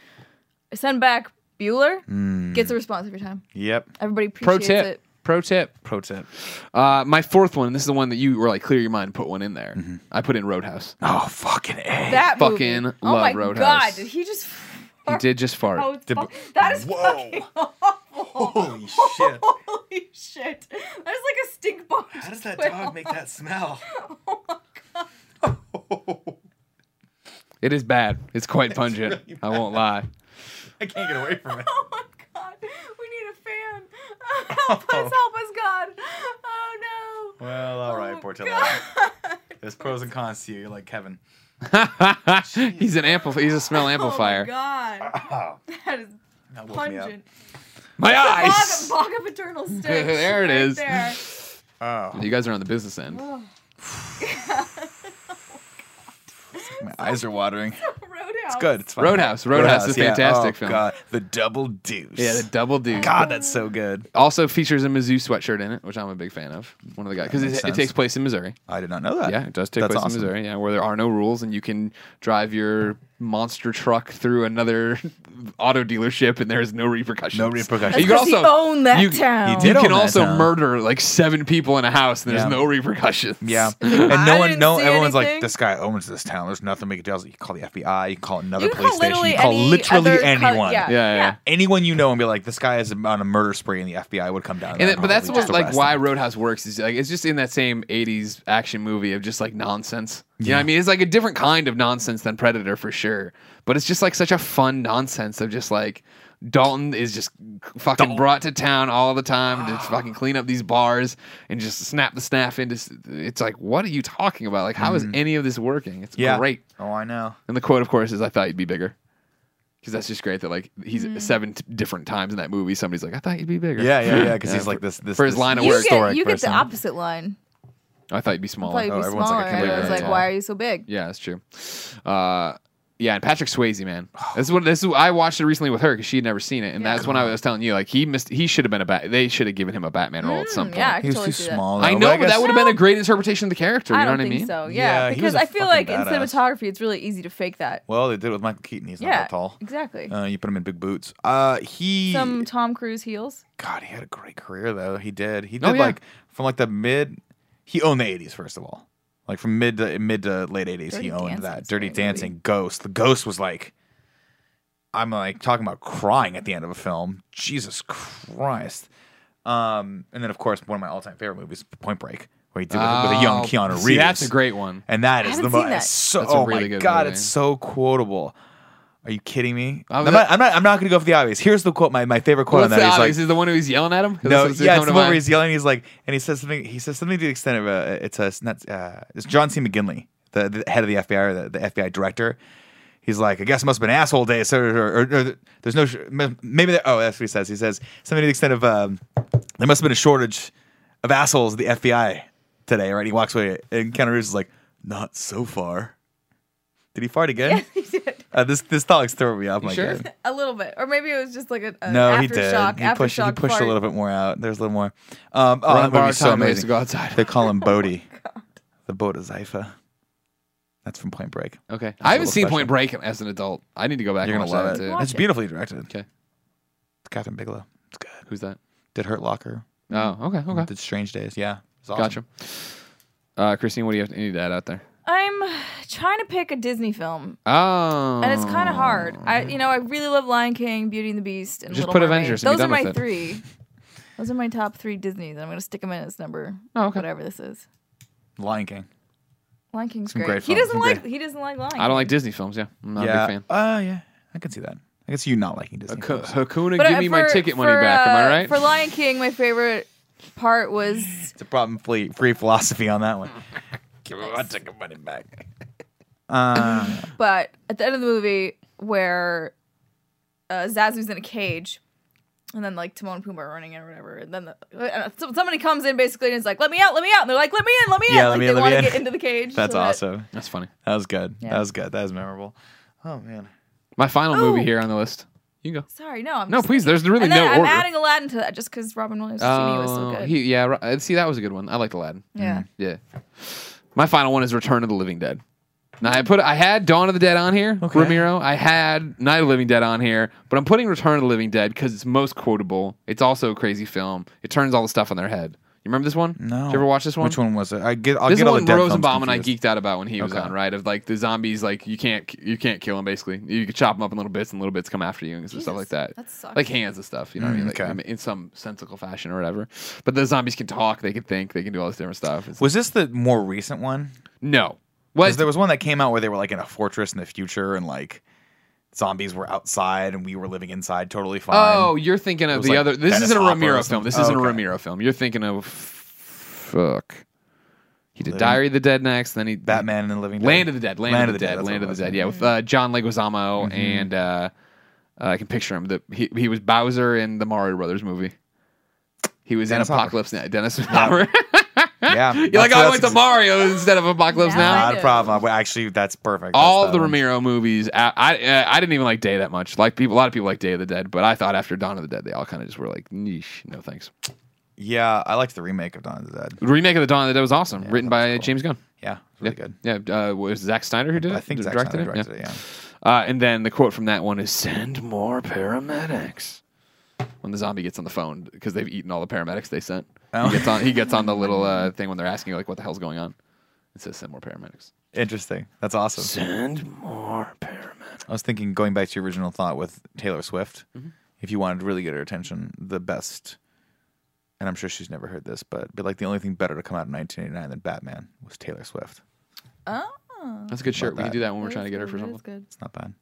I send back Bueller gets a response every time.
Yep.
Everybody
Hmm. Pro
appreciates
tip.
it.
Pro tip.
Pro tip.
Uh, my fourth one. This is the one that you were like, clear your mind, put one in there.
Mm-hmm.
I put in Roadhouse.
Oh fucking A.
That movie.
Fucking
oh
love
my
Roadhouse.
god, did he just
He did just fart.
Oh, it's
Did-
fu- that is
Whoa.
fucking <laughs> awful. <laughs>
Holy shit.
Holy shit. That is like a stink bomb. How
that smell? <laughs>
Oh my <laughs> god.
It is bad. It's quite pungent.
really
I won't lie.
I can't get away from it.
Oh my god. We need a fan. <laughs>
<laughs>
help us, help us, God. Oh no.
Well, all right,
Oh,
Portillo.
God.
There's pros and cons to you. You're like Kevin. <laughs>
<laughs> he's an ampli- He's a smell amplifier.
<laughs> Oh my god.
<laughs> Oh,
That is
that woke me up.
pungent.
my
Bog,
eyes.
bog
<laughs>
of eternal sticks.
There it
right
is. <laughs>
There.
Oh,
You guys are on the business end.
my eyes are watering.
Roadhouse.
It's good. It's fine.
Roadhouse. Roadhouse is a
yeah.
fantastic
Oh,
film.
God. The double deuce.
Yeah, the double dude.
God, that's so good.
Also features a Mizzou sweatshirt in it, which I'm a big fan of. One of the guys because
makes
it, it
sense.
takes place in Missouri.
I did not know that.
Yeah, it does take
Uh, That's
place
awesome.
in Missouri. Yeah, where there are no rules and you can drive your monster truck through another <laughs> auto dealership and there is no repercussions.
No repercussions.
You can
'Cause he
also
owned that
you,
town. He
you
did own
can
that
also
town.
murder like seven people in a house and there's
Yeah.
no repercussions. <laughs>
<laughs>
Yeah, and
I
no one,
didn't
no,
see
everyone's
anything.
like, this guy owns this town. There's nothing we can do. You can call the FBI. You can call another
You can
police
call
station.
literally
You can call
any
literally
other col-
anyone.
Yeah, yeah. yeah.
Anyone you know and be like, this guy is on a murder spree, and the FBI would come down.
And
there
it, but that's
probably
what
just
like
arrest
why
him.
Roadhouse works is like it's just in that same '80s action movie of just like nonsense. You know what I mean? It's like a different kind of nonsense than Predator for sure, but it's just like such a fun nonsense of just like Dalton is just fucking brought to town all the time
<sighs>
to fucking clean up these bars and just snap the staff into. s- It's like what are you talking about? Like how is any of this working? It's
Mm-hmm. Yeah.
great.
Oh, I know.
And the quote, of course, is "I thought you'd be bigger." Because that's just great that like he's seven t- different times in that movie. Somebody's like, "I thought you'd be bigger."
Mm. Yeah, yeah, yeah. Because
Yeah, <laughs>
he's like this. this
for his
this
line of
You
work.
get,
historic
you get the
person.
opposite line.
I thought you'd be
I
smaller.
thought you'd be
Oh, everyone's like
smaller.
a
and I
complete
was like,
retard.
why are you so big?
Yeah, that's true. Uh, yeah, and Patrick Swayze,
<sighs>
man, this is what this is. I watched it recently with her because she had never seen it, and
Yeah.
that's when I was telling you like he missed. He should have been a bat. They should have given him a Batman role at some
Mm,
point.
yeah, I
He
can
was
totally
too
see that.
small. though,
I know,
I
but that
guess-
would have been a great interpretation of the character. You
I
know
don't
what I
think
mean?
so.
Yeah,
Yeah,
he was
because
a
I feel like
fucking
in
badass.
cinematography, it's really easy to fake that.
Well, they did it with Michael Keaton. He's not
yeah,
that tall.
exactly.
Uh, you put him in big boots. Uh, he
Some Tom Cruise heels. <laughs>
God, he had a great career though. He did. He did
Oh, yeah.
like from like the mid. He owned the eighties first of all. Like from mid to mid to late eighties,
Dirty
he owned
Dancing's
that.
a
Dirty
great movie.
Dancing, Ghost. The Ghost was like, I'm like talking about crying at the end of a film. Jesus Christ. Um, and then of course one of my all time favorite movies, Point Break, where he did it with, with a young
Oh,
Keanu Reeves.
See, that's a great one.
And that is the
haven't
most.
seen that.
So,
That's a
oh
really
my
good
god,
movie.
it's so quotable. Are you kidding me?
Oh,
I'm,
that-
not, I'm not. I'm not going to go for the obvious. Here's the quote. My, my favorite quote
What's
on
the
that. He's
obvious?
like,
is it the one who he's yelling at him? 'Cause
no,
that's what's
yeah,
coming
it's
to
the one where
mind.
he's yelling. He's like, and he says something. He says something to the extent of uh, it's a not, uh, it's John C. McGinley, the, the head of the FBI, or the, the FBI director. He's like, I guess it must have been asshole day. So, or, or, or there's no sh- maybe. There, oh, that's what he says. He says something to the extent of um, there must have been a shortage of assholes at the FBI today, right? He walks away, and Keanu Reeves is like, not so far. Did he fart again? Uh, this this talk's throwing me uh, off. my
sure?
God.
a little bit, or maybe it was just like a, a
No,
uh, aftershock.
he did. He pushed, he
aftershock
pushed
fart.
a little bit more out. There's a little more. Um, oh,
We're on
that
borrowed
movie's so
time, we have to
amazing.
go outside.
They call him
<laughs> Oh
Bodhi, the Bodhisattva. That's from Point Break.
Okay, I haven't
little
seen
special.
Point Break as an adult. I need to go back
You're
and
gonna
watch
love
that
it.
too.
Watch
It's
it.
beautifully directed.
Okay.
It's Catherine Bigelow. It's good.
Who's that?
Did Hurt Locker.
Oh, okay, okay,
Did Strange Days. Yeah. It's Mm-hmm. awesome.
gotcha. Uh, Christine, what do you have to, you need to add out there?
I'm trying trying to pick a Disney film,
Oh.
and it's kind of hard. I, you know, I really love Lion King, Beauty and the Beast, and
Just
Little
put
Mermaid.
Avengers and be
Those
done
are my
with it.
three. Those are my top three Disney's. and I'm gonna stick them in as number
Oh, okay.
whatever this is.
Lion King.
Lion King's
Some
great.
great
He
films,
doesn't
some
like
great-
he doesn't like Lion.
I don't like Disney films, yeah. I'm not
yeah.
a big fan.
Uh, yeah. I can see that. I can see you not liking Disney.
K-
films.
Hakuna,
But,
give
uh,
me my
for-
ticket money
for,
back. Am I
uh,
right?
For Lion King, my favorite part was
It's a problem free, free philosophy on
<laughs>
that one. Give me my ticket money back. Um,
but at the end of the movie where uh, Zazu's in a cage, and then like Timon and Pumbaa are running in or whatever, and then the, uh, so- somebody comes in basically and is like, "Let me out, let me out," and they're like, "Let me in, let me in,"
Yeah, let
like
me
they
in, let me
wanna
in.
get into the cage.
<laughs> that's
so that-
awesome.
That's funny.
That was good.
Yeah.
That was good. That was memorable. Oh man.
My final movie
Ooh.
here on the list. You can go.
Sorry, no, I'm
No,
just-
please. There's really
Oh. and then
no
I'm
order.
adding Aladdin to that just because Robin Williams' TV was so
Oh,
good.
he- mm, yeah, ri- uh, see, that was a good one. I liked Aladdin.
yeah,
Yeah. My final one is Return of the Living Dead. Now I put I had Dawn of the Dead on here,
Okay.
Ramiro. I had Night of the Living Dead on here, but I'm putting Return of the Living Dead because it's most quotable. It's also a crazy film. It turns all the stuff on their head. You remember this one?
No.
Did you ever watch this one?
Which one was it? I get. I'll
This
get all
one
the dead
Rosenbaum
films
and I
confused.
geeked out about when he was
Okay.
on, right? Of like the zombies, like you can't you can't kill them basically. You can chop them up in little bits, and little bits come after you and stuff
Jesus,
like that.
that sucks.
Like hands and stuff, you know what I mean? Like
Mm, okay.
I mean, in some sensical fashion or whatever. But the zombies can talk, they can think, they can do all this different stuff. It's-
Was this the more recent one?
no,
Because
what?
there was one that came out where they were like in a fortress in the future and like zombies were outside and we were living inside, totally fine.
Oh, you're thinking of
was
the
like
other. This
Dennis
isn't a
Hopper or
Ramiro film.
something.
This isn't
Okay.
a Ramiro film. You're thinking of fuck. He did
Living-
Diary of the Dead next, then he
Batman and the Living Dead.
Land <laughs> of the Dead. Land, of the, Dead.
that's
Land
what
of the
it was. Mm-hmm.
Dead. Yeah, with uh, John Leguizamo and uh, uh, I can picture him. The, he he was Bowser in the Mario Brothers movie. He was
Dennis
in
Hopper.
Apocalypse Now. Dennis
<laughs>
Hopper.
Yeah,
You're like,
that's-
oh, I
that's
went to
ex-
Mario instead of Apocalypse
Now I
Now.
Not
Yeah.
a problem. Well, Actually, that's perfect. That's
All
that
the
one.
Ramiro movies. I, I uh, I didn't even like Day that much. Like people, a lot of people like Day of the Dead, but I thought after Dawn of the Dead, they all kind of just were like, niche, no thanks.
Yeah, I liked the remake of Dawn of the Dead.
The remake of the Dawn of the Dead was awesome, written
that was
by uh,
cool.
James Gunn.
Yeah, it's really good.
Yeah, yeah. Uh, was Zack Snyder who did it?
I think
Did-
Zack Snyder directed
Yeah.
it. Yeah.
Uh, and then the quote from that one is send more paramedics. When the zombie gets on the phone because they've eaten all the paramedics they sent,
Oh.
he gets on. He gets <laughs> on the little uh, thing when they're asking you, like, "What the hell's going on?" It says, "Send more paramedics."
Interesting. That's awesome.
Send more paramedics.
I was thinking, going back to your original thought with Taylor Swift, if you wanted to really get her attention, the best, and I'm sure she's never heard this, but but like the only thing better to come out in 1989 than Batman was Taylor Swift.
oh,
That's a good shirt. We can
that.
do that when we're trying to get her for
That is
something.
good.
It's not bad.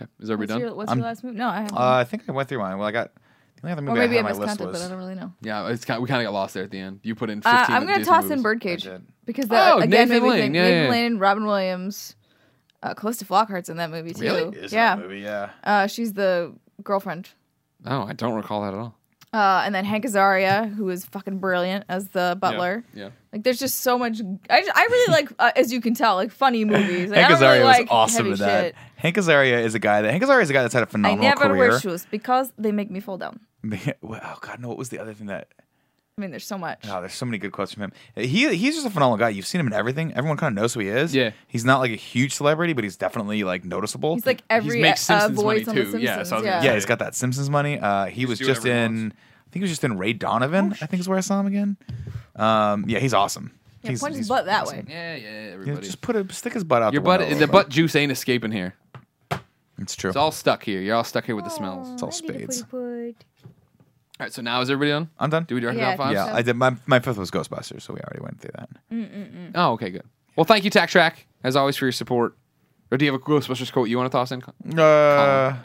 Okay, is everybody
What's
done?
your, what's
I'm-
your last movie? No, I haven't.
Uh, I think I went through mine. Well, I got the only other
or
movie
maybe
I
I
had on
miscounted,
my list
but
was.
I don't really know.
yeah, it's kind we kind of got lost there at the end. You put in 15.
Uh, I'm
of
gonna
Disney
toss in
movies.
Birdcage
I did.
because that
Oh,
again
Nathan
made me
Lane.
think
Yeah,
Nathan
yeah, yeah.
Lane, Robin Williams, uh, Callista Flockhart's in that movie too.
Really?
Is that
yeah,
movie? Yeah.
uh, she's the girlfriend,
Oh, I don't recall that at all.
uh, and then Hank Azaria, who is fucking brilliant as the butler.
Yeah. yeah.
Like, there's just so much. I, just- I really like, uh, as you can tell, like funny movies. Like, I
Hank
don't
Azaria
really like
was awesome
heavy
in that.
shit.
Hank Azaria is a guy that Hank Azaria is a guy that's had a
I
phenomenal
never
career.
wear shoes because they make me fall down.
<laughs> oh God, no! What was the other thing that?
I mean, there's so much.
Oh, there's so many good quotes from him. He he's just a phenomenal guy. You've seen him in everything. Everyone kind of knows who he is.
Yeah.
He's not like a huge celebrity, but he's definitely like noticeable.
He's like every
makes
uh,
Simpsons money,
voice on the
too.
Simpsons.
Yeah, so I was gonna
yeah, he's got that Simpsons money. Uh, he was
do
just
whatever he
in. I think he was just in Ray Donovan. I think is where I saw him again. Um, yeah, he's awesome.
Yeah,
he's,
punch his
he's
butt that
awesome.
way.
Yeah, yeah,
Yeah,
everybody.
just put a stick his butt out.
Your
the
butt,
window.
the butt juice ain't escaping here.
It's true.
It's all stuck here. You're all stuck here with the smells.
It's all spades.
All right, so now is everybody done?
I'm done.
Do we do our
Yeah,
top five?
yeah,
so.
I did. My my fifth was Ghostbusters, so we already went through that.
Oh, okay, good. Well, thank you, Tack Track, as always, for your support. Or do you have a Ghostbusters quote you want to toss in?
Uh,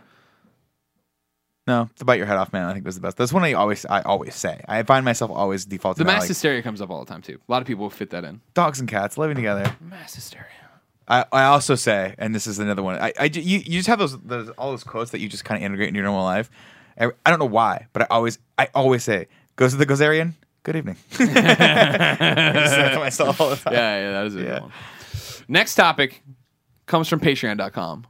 no, the bite your head off, man. I think was the best. That's one I always I always say. I find myself always
The
defaulting. out,
mass
like,
hysteria comes up all the time, too. A lot of people fit that in.
dogs and cats living together.
Mass hysteria.
I, I also say, and this is another one. I, I ju- you, you just have those, those all those quotes that you just kind of integrate into your normal life. I, I don't know why, but I always I always say goes to the Gozerian. Good evening. <laughs> I just say that to myself all the time.
Yeah, yeah, that is a
Yeah.
good one. Next topic comes from patreon.com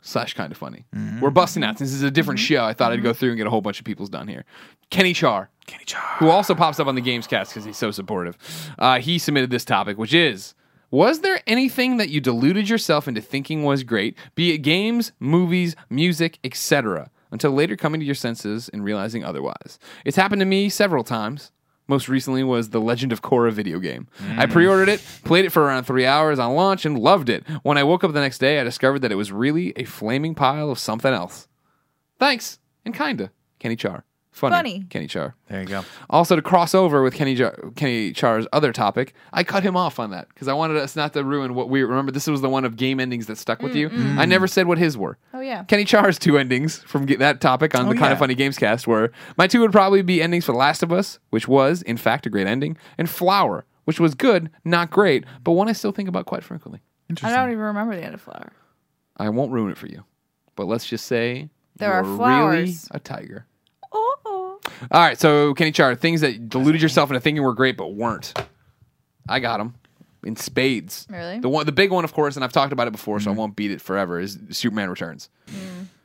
slash kind of funny. We're busting out. Since this is a different show, I thought I'd go through and get a whole bunch of people's done here. Kenny Char.
Kenny Char.
who also pops up on the games cast because he's so supportive. Uh, he submitted this topic, which is Was there anything that you deluded yourself into thinking was great, be it games, movies, music, etc., until later coming to your senses and realizing otherwise? It's happened to me several times. Most recently was the Legend of Korra video game. I pre ordered it, played it for around three hours on launch, and loved it. When I woke up the next day, I discovered that it was really a flaming pile of something else. Thanks, and kinda. Kenny Char. Funny.
Funny.
Kenny Char.
There you go.
Also, to cross over with Kenny, Jar- Kenny Char's other topic, I cut him off on that because I wanted us not to ruin what we remember. This was the one of game endings that stuck with you. I never said what his were.
Oh, yeah.
Kenny Char's two endings from ge- that topic on the
Oh,
Kind
yeah.
of Funny Games cast were my two would probably be endings for The Last of Us, which was, in fact, a great ending, and Flower, which was good, not great, but one I still think about quite frequently.
I don't even remember the end of Flower.
I won't ruin it for you, but let's just say
There
you're
are
really
flowers.
a tiger.
Oh, oh.
All right, so Kenny Char, things that deluded yourself into thinking were great but weren't. I got them in spades.
Really?
The one, the big one, of course, and I've talked about it before,
Mm-hmm.
so I won't beat it forever. Is Superman Returns.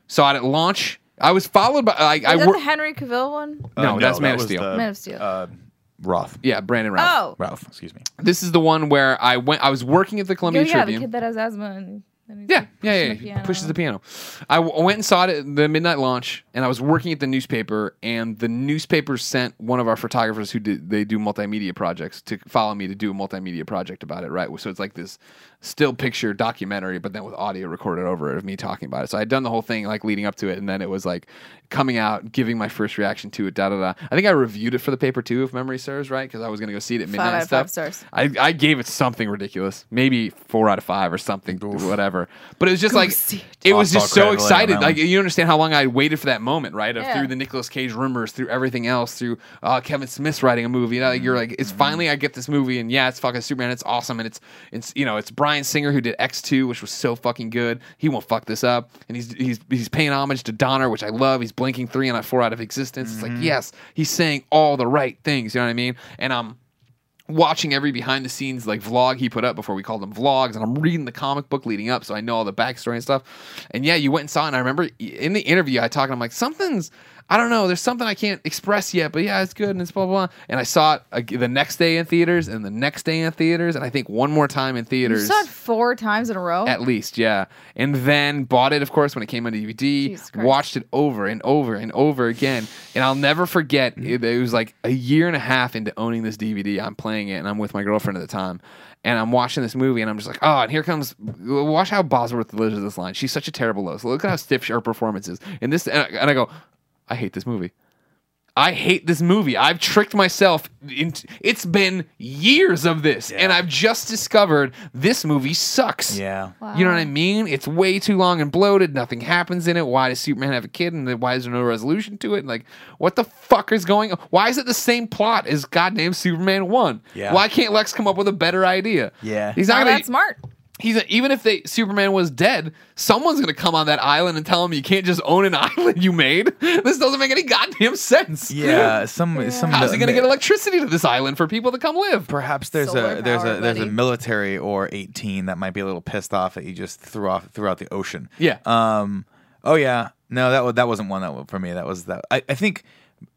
Saw it at launch. I was followed by I, I
Is Mm. that
wor-
the Henry Cavill one?
no, that's Man of
Oh, was
Steel.
the,
Man of Steel.
Uh, Roth.
yeah Brandon Ralph.
oh,
Ralph, excuse me.
This is the one where I went. I was working at the
yeah,
Columbia
Oh, yeah, the
Tribune.
kid that has asthma and. and he's
Yeah,
like
yeah, yeah.
pushing
he
the piano.
pushes the piano. I w- went and saw it at the midnight launch, and I was working at the newspaper, and the newspaper sent one of our photographers who did they do multimedia projects to follow me to do a multimedia project about it. Right, so it's like this still picture documentary, but then with audio recorded over it of me talking about it. So I had done the whole thing like leading up to it, and then it was like coming out, giving my first reaction to it. Da da da. I think I reviewed it for the paper too, if memory serves right, because I was gonna go see it at midnight.
Five
and
out of
stuff.
five stars.
I, I gave it something ridiculous, maybe four out of five or something, whatever. But it was just like
see
it,
it.
was
Lost all
just so
credibility on
excited.
that
Like
one.
you understand how long I waited for that moment, right? Of
Yeah.
through the Nicolas Cage rumors, through everything else, through uh, Kevin Smith's writing a movie. You know, like, you're like,
Mm-hmm.
it's finally I get this movie, and yeah, it's fucking Superman. It's awesome, and it's it's you know it's Brian Singer who did X two, which was so fucking good. He won't fuck this up, and he's he's he's paying homage to Donner, which I love. He's blinking three and a four out of existence. It's
Mm-hmm.
like yes, he's saying all the right things. You know what I mean? And um watching every behind the scenes like vlog he put up before we called them vlogs and i'm reading the comic book leading up so i know all the backstory and stuff and yeah you went and saw it and i remember in the interview i talked and i'm like something's i don't know there's something i can't express yet but yeah it's good and it's blah blah, blah. and i saw it ag- the next day in theaters and the next day in theaters and i think one more time in
You
theaters
saw it four times in a row.
at least, yeah. And then bought it, of course, when it came on DVD.
Jesus Christ.
Watched it over and over and over again. And I'll never forget,
Mm.
it, it was like a year and a half into owning this DVD. I'm playing it, and I'm with my girlfriend at the time. And I'm watching this movie, and I'm just like, oh, and here comes, watch how Bosworth delivers this line. She's such a terrible Lois. Look at how stiff her performance is. And this, and I, and I go, I hate this movie. I hate this movie. I've tricked myself into. It's been years of this, and I've just discovered this movie sucks.
Yeah.
You know what I mean? It's way too long and bloated. Nothing happens in it. Why does Superman have a kid? And then why is there no resolution to it? And like, what the fuck is going on? Why is it the same plot as goddamn Superman 1?
Yeah.
Why can't Lex come up with a better idea?
Yeah.
He's
Wow,
not going
that's
to.
smart.
He's even if they Superman was dead, someone's gonna come on that island and tell him you can't just own an <laughs> island you made. This doesn't make any goddamn sense.
Yeah. Some. Some.
How's he gonna get electricity to this island for people to come live?
Perhaps there's
Solar
a there's
power,
a there's a
buddy.
military or 18 that might be a little pissed off that you just threw off threw out the ocean.
Yeah.
Um. Oh yeah. No, that wa- that wasn't one that wa- for me. That was that. I, I think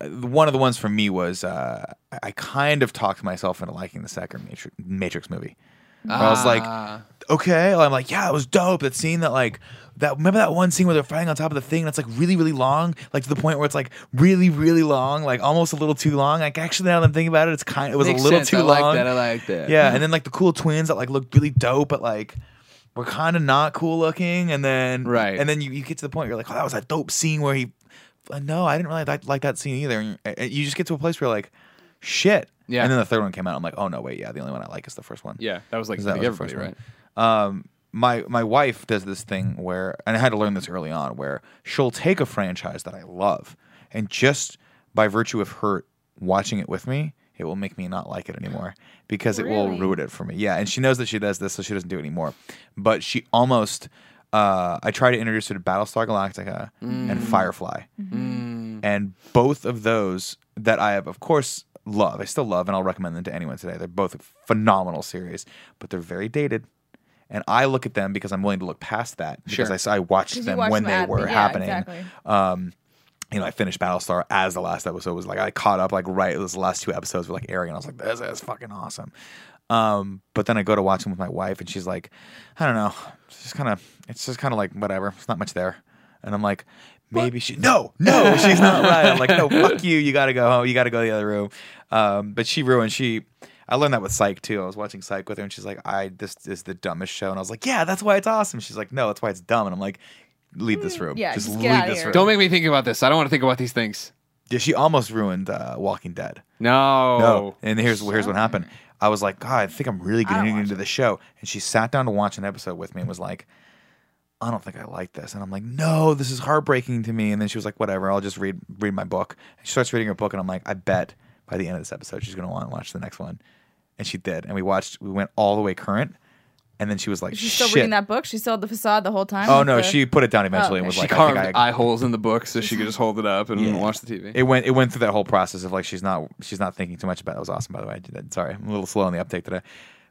uh, one of the ones for me was uh, I- I kind of talked myself into liking the second Matrix, Matrix movie. Where I
Ah.
was like, okay. I'm like, yeah, it was dope. That scene that like that. Remember that one scene where they're fighting on top of the thing that's like really really long, like to the point where it's like really really long, like almost a little too long. Like actually, now that I'm thinking about it, it's kind. It was
Makes
a little
sense.
too
I
long.
like that. I like that.
Yeah, and then like the cool twins that like looked really dope, but like were kind of not cool looking. And then
Right.
and then you, you get to the point where you're like, oh, that was a dope scene where he. uh, No, I didn't really like, like that scene either. And you- uh, you just get to a place where you're like, shit.
Yeah.
And then the third one came out. I'm like, oh no, wait, yeah, the only one I like is the first one.
Yeah, that was like
That was the first one. Um, my my wife does this thing where, and I had to learn this early on, where she'll take a franchise that I love, and just by virtue of her watching it with me, it will make me not like it anymore because it will
Really?
ruin it for me. Yeah, and she knows that she does this, so she doesn't do it anymore. But she almost. Uh, I tried to introduce her to Battlestar Galactica and Firefly,
Hmm.
Mm.
and both of those that I have, of course, love. I still love, and I'll recommend them to anyone today. They're both phenomenal series, but they're very dated. And I look at them because I'm willing to look past that because
Sure.
I s- I, watched
Because
them
you watched
when
them
they
at-
were
yeah,
happening.
Exactly.
Um, you know, I finished Battlestar as the last episode was like I caught up like right. It was the last two episodes were like airing, and I was like, "This is fucking awesome." Um, but then I go to watch them with my wife, and she's like, "I don't know, it's just kind of, it's just kind of like whatever. It's not much there." And I'm like, maybe she no no she's not right i'm like no fuck you you gotta go home you gotta go to the other room um, but she ruined she i learned that with psych too i was watching psych with her and she's like i this is the dumbest show and i was like yeah that's why it's awesome she's like no that's why it's dumb and i'm like leave this room
Mm, yeah,
just,
just
leave
get outta
this
here.
room
Don't make me think about this. I don't want to think about these things.
yeah she almost ruined uh, walking dead
No.
no. And here's here's what happened. I was like, God, I think I'm really
Oh, don't
getting
watch
into the show. And she sat down to watch an episode with me and was like, I don't think I like this. And I'm like, No, this is heartbreaking to me. And then she was like, Whatever, I'll just read read my book. And she starts reading her book, and I'm like, I bet by the end of this episode she's gonna want to watch the next one. And she did. And we watched. We went all the way current. And then she was like,
She's still
Shit.
reading that book. She still had the facade the whole time.
Oh
with
no,
the-
she put it down eventually
okay.
and was
She
She
like,
carved
I think I,
eye holes in the book so she could just hold it up and
Yeah.
watch the TV.
It went it went through that whole process of like she's not she's not thinking too much about it. It was awesome by the way. I did that. Sorry, I'm a little slow on the update today.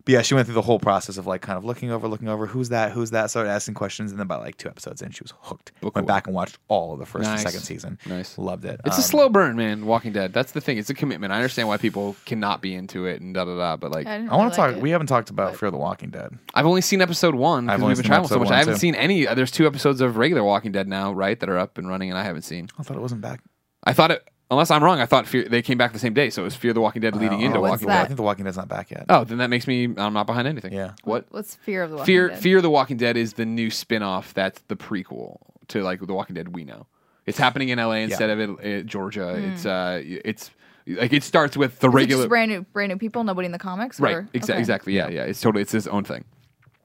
But yeah, she went through the whole process of like kind of looking over, looking over, who's that, who's that, started asking questions, and then by like two episodes in, she was hooked.
Book
went
away.
back and watched all of the first
Nice.
and second season.
Nice.
Loved it.
It's a
Um,
slow burn, man. Walking Dead. That's the thing. It's a commitment. I understand why people cannot be into it and da da da. But like,
I, didn't
I want
really
to
like
talk.
it.
We haven't talked about Fear the Walking Dead.
I've only seen episode one
I've
because
only
we've been
seen
traveling so
episode
much.
one,
I haven't
too.
seen any. uh, There's two episodes of regular Walking Dead now, right? That are up and running, and I haven't seen.
I thought it wasn't back.
I thought it. Unless I'm wrong, I thought Fear, they came back the same day, so it was Fear the Walking Dead leading
Oh,
into
oh,
Walking
well, I
that?
think the Walking Dead's not back yet.
Dead. Oh, then that makes me. I'm not behind anything.
Yeah.
What?
What's fear of the Walking
Fear
Dead?
Fear the Walking Dead is the new spin-off that's the prequel to like the Walking Dead we know. It's happening in LA instead of it, it Georgia. It's uh it's like it starts with the
Hmm. Is it
regular
Just brand new, brand new people. Nobody in the comics.
right
Or?
exa-
Okay.
exactly yeah yeah it's totally it's his own thing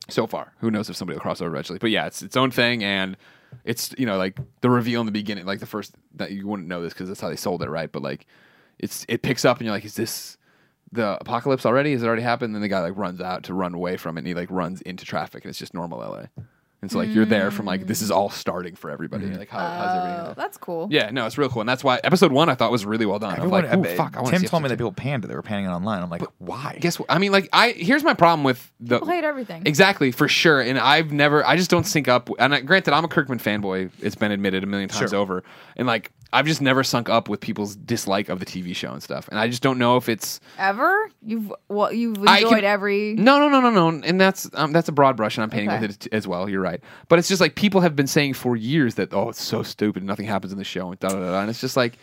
so far who knows if somebody will cross over eventually but yeah it's its own thing and it's you know like the reveal in the beginning like the first that you wouldn't know this because that's how they sold it right but like it's it picks up and you're like is this the apocalypse already has it already happened then the guy like runs out to run away from it and he like runs into traffic and it's just normal la and so like you're there from like
Mm.
this is all starting for everybody
Mm-hmm.
like how, how's everything
Oh, that's cool.
yeah no it's real cool and that's why episode one i thought was really well done
Everyone,
i'm like
I-
Ooh, fuck i want
Tim told me that people panned it. They were panning it online. I'm like, why?
guess what i mean like i here's my problem with the
People hate everything.
Exactly, for sure. And I've never, I just don't sync up. And I, granted, I'm a Kirkman fanboy. It's been admitted a million times
Sure.
over. And like, I've just never sunk up with people's dislike of the TV show and stuff. And I just don't know if it's
Ever you've well, you've
I
enjoyed
can- Mm,
every.
no, no, no, no, no. And that's um, that's a broad brush, and I'm painting
Okay.
with it as well. You're right. But it's just like people have been saying for years that oh, it's so stupid. Nothing happens in the show, and da da da. da. And it's just like.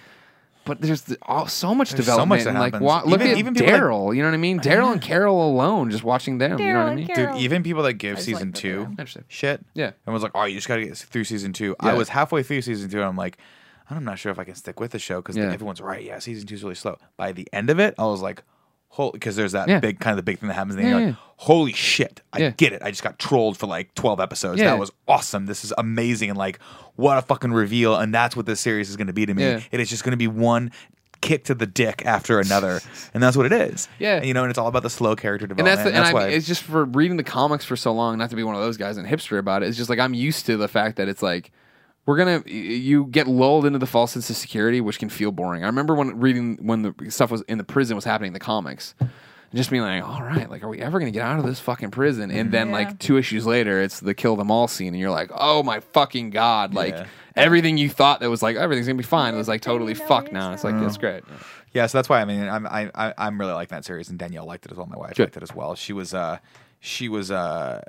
But there's the, all, so much
There's so much
development.
that
and like,
happens.
wa- look
Even-
at
even people like-
Daryl. you know what I
<laughs>
mean? Daryl and Carol alone, just watching them. you know what I
Daryl
mean?
and
Dude,
Carol.
even people that give
just
season
like that they
two
don't.
Interesting.
shit,
Yeah.
and was like, "Oh, you just got to get through season two. I
Yeah.
was halfway through season two, and I'm like, "I'm not sure if I can stick with the show because
Yeah.
everyone's right. Yeah, season two's really slow." By the end of it, I was like, "Holy!" Because there's that
Yeah.
big kind of the big thing that happens. And
Yeah,
you're
yeah,
like, "Holy shit! I
Yeah.
get it. I just got trolled for like 12 episodes.
Yeah.
That was awesome. This is amazing. And like, what a fucking reveal! And that's what this series is going to be to me.
Yeah.
It is just going to be one." Kick to the dick
<laughs>
after another, and that's what it is.
Yeah.
you know, and it's all about the slow character
and
development.
that's the, and,
why
I, it's just for reading the comics for so long. Not to be one of those guys and hipster about it. It's just like I'm used to the fact that it's like we're gonna y- you get lulled into the false sense of security, which can feel boring. I remember when reading when the stuff was in the prison was happening in the comics. and Just being like, all right, like, are we ever gonna get out of this fucking prison? And then,
Yeah.
like, two issues later, it's the kill them all scene, and you're like, oh my fucking god, like,
Yeah.
everything you thought that was like "Oh, everything's gonna be fine, it was like totally
Everything
fucked
now
now. It's
Mm.
like that's great.
Yeah, so that's why I mean I'm I, I I'm really liking that series, and Danielle liked it as well. My wife
Good.
liked it as well. She was uh she was uh.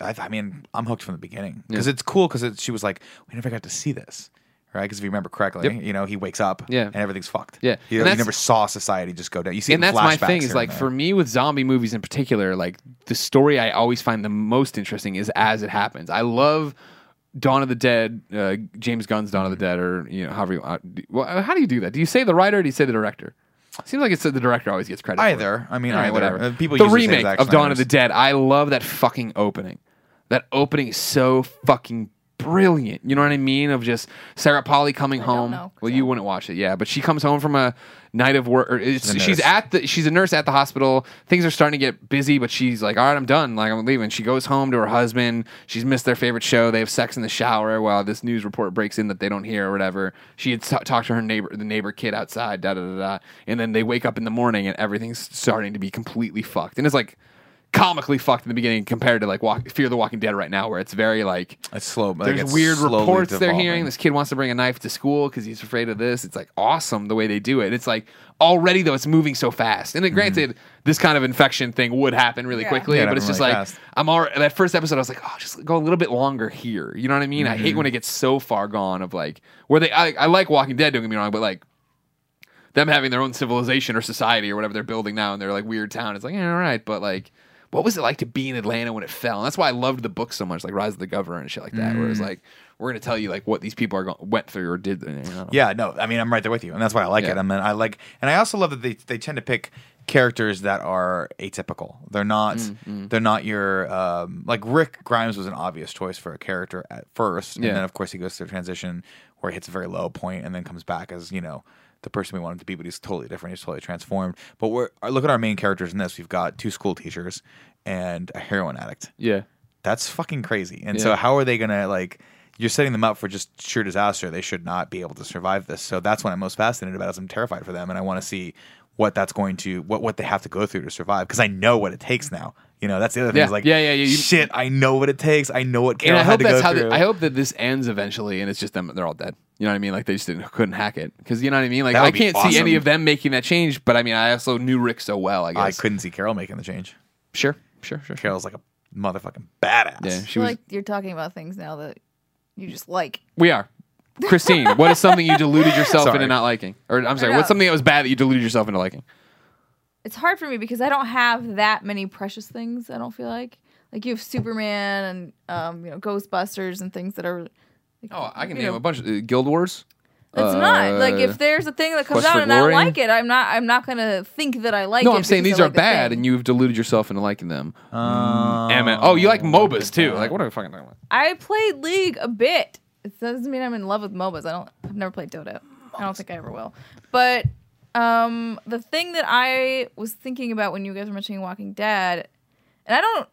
I, I mean, I'm hooked from the beginning because it's cool. Because she was like, "We never got to see this, right?" Because if you remember correctly, you know, he wakes up,
Yeah.
and everything's fucked.
Yeah. And
you, know, you
that's-
never saw society just go down. You see, it
and that's
in
my
flashbacks
thing
here
is
and
like
there.
for me with zombie movies in particular like the story i always find the most interesting is as it happens i love dawn of the dead uh, james gunn's dawn of the dead or you know however you uh, d- well, how do you do that do you say the writer or do you say the director seems like it's the director always gets credit for it.
either. I mean,
All right,
either.
whatever.
Uh, People
the
use same
remake
exact
of Dawn of the
scenarios.
Dead. I love that fucking opening. That opening is so fucking brilliant. You know what I mean? Of just Sarah Polly coming
don't
home.
know, 'cause
well,
I-
you wouldn't watch it, yeah. But she comes home from a night of work. Or it's,
She's a
she's,
nurse.
at the she's a nurse at the hospital. Things are starting to get busy, but she's like, all right, I'm done. Like I'm leaving. She goes home to her husband. She's missed their favorite show. They have sex in the shower. While this news report breaks in that they don't hear or whatever. She had t- talked to her neighbor, the neighbor kid outside. Da da da da. And then they wake up in the morning and everything's starting to be completely fucked. And it's like comically fucked in the beginning compared to like Walk, Fear the Walking Dead right now, where it's very like
It's slow. But
there's weird reports they're hearing. This kid wants to bring a knife to school because he's afraid of this. It's like awesome the way they do it. It's like already though it's moving so fast. And then granted, this kind of infection thing would happen really
Yeah.
quickly,
Mm-hmm. Yeah, it
but it's
happened
just
really
like
fast.
I'm already that first episode. I was like, oh, just go a little bit longer here. You know what I mean? I
Mm-hmm.
hate when it gets so far gone of like where they. I, I like Walking Dead. Don't get me wrong, but like. Them having their own civilization or society or whatever they're building now in their like weird town. It's like, yeah, all right, but like, what was it like to be in Atlanta when it fell? And that's why I loved the book so much, like Rise of the Governor and shit like that, where it was
Mm.
like, we're gonna tell you like what these people are going went through or did. You know?
Yeah, no, I mean, I'm right there with you, and that's why I like
Yeah.
it. I mean, I like, and I also love that they, they tend to pick characters that are atypical. They're not,
Mm,
they're not your um, like Rick Grimes was an obvious choice for a character at first,
Yeah.
and then of course he goes through a transition where he hits a very low point, and then comes back as you know the person we want him to be, but he's totally different. He's totally transformed. But we're look at our main characters in this. We've got two school teachers and a heroin addict.
yeah.
That's fucking crazy. And
Yeah.
so how are they gonna like you're setting them up for just sheer disaster. They should not be able to survive this. So that's what I'm most fascinated about is I'm terrified for them and I wanna see what that's going to what what they have to go through to survive because I know what it takes now. You know, that's the other thing
Yeah.
is like
Yeah, yeah, yeah, you-
shit, I know what it takes. I know what
And
Carol
I
had
hope
to
that's
go
how.
through.
The, I hope that this ends eventually, and it's just them. They're all dead. You know what I mean? Like they just didn't, couldn't hack it because you know what I mean. Like
That would
I
be
can't see any
awesome.
of them making that change. But I mean, I also knew Rick so well. I
I
guess.
couldn't see Carol making the change.
Sure, sure, sure. sure.
Carol's like a motherfucking badass.
Yeah,
I
she
feel
was.
like you're talking about things now that you just like.
we are. Christine, what is something you <laughs> deluded yourself
Sorry.
into not liking? Or I'm sorry,
No.
what's something that was bad that you deluded yourself into liking?
It's hard for me because I don't have that many precious things. I don't feel like like you have Superman and um you know Ghostbusters and things that are. Like,
Oh, I can
you
name
know,
a bunch. Uh, Guild Wars.
It's not like if there's a thing that comes
Uh, Quest for
out and I don't
Glory?
like it, I'm not. I'm not gonna think that I like it.
No, I'm saying
because
these
I
are
like the
bad,
thing.
and you've deluded yourself into liking them.
Um,
Damn it. Oh, you like MOBAs too? Like what are we fucking talking about?
I played League a bit. It doesn't mean I'm in love with MOBAs. I don't. I've never played Dota. I don't think I ever will. But um, the thing that I was thinking about when you guys were mentioning Walking Dead, and I don't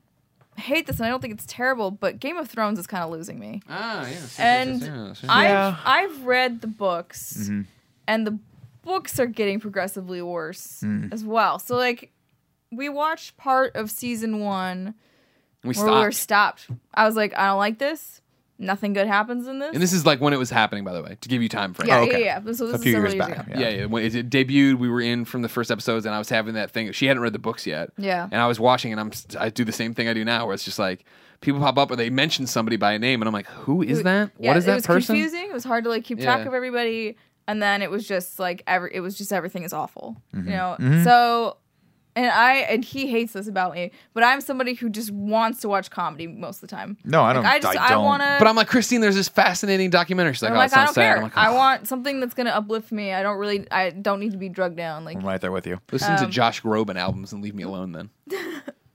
hate this, and I don't think it's terrible, but Game of Thrones is kind of losing me.
Ah, yes.
And
Yeah.
I've I've read the books, and the books are getting progressively worse as well. So like, we watched part of season one
we
where we were
stopped.
stopped. I was like, I don't like this. Nothing good happens in this.
And this is like when it was happening, by the way, to give you time frame.
yeah,
Oh, okay.
yeah, yeah. So this
a
is
few
several
years back.
ago.
yeah, yeah. When it it debuted, we were in from the first episodes, and I was having that thing. She hadn't read the books yet.
Yeah.
And I was watching, and I'm I do the same thing I do now, where it's just like people pop up or they mention somebody by a name, and I'm like, who is that?
Yeah,
what is
it
that
was
person?
confusing. It was hard to like keep
Yeah.
track of everybody, and then it was just like every. It was just everything is awful. You know. So, and I and he hates this about me, but I'm somebody who just wants to watch comedy most of the time.
No, I don't-
Like, I just
I don't.
want to.
But I'm like, Christine, there's this fascinating documentary. She's like,
I'm
oh,
like,
it
I
sounds
don't
sad.
care.
I'm like,
I
"Ugh."
want something that's gonna uplift me. I don't really. I don't need to be drugged down. Like,
I'm right there with you.
Listen
um,
to Josh Groban albums and leave me alone then.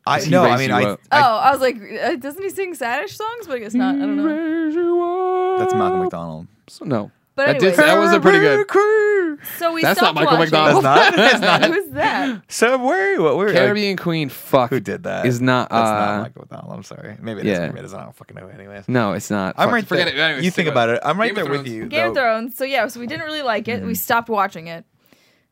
I
He
no, I
raised
mean
you
I,
up.
oh,
I
I was like, uh, doesn't he sing saddish songs? But I guess not. I don't
Mm-hmm.
know.
That's
that's Malcolm McDonald.
No.
But
that,
anyways.
did, that was a pretty good.
So we
That's not
stopped
Michael
watching.
<laughs> McDonald.
<laughs>
That's <laughs> not.
<laughs>
Who's that?
Subway? What were
Caribbean Queen, fuck.
who did that?
Is not.
That's
uh,
not Michael McDonald. I'm sorry. Maybe it is.
yeah.
Maybe it is. I don't fucking know. Anyways,
No, it's not.
I'm
Fuck,
right.
Forget
there.
it. Anyways,
you think
stick
about it. I'm right
Game of
there with
Thrones.
you.
Game of
though.
Thrones. So yeah, so we didn't really like it.
Mm-hmm.
We stopped watching it.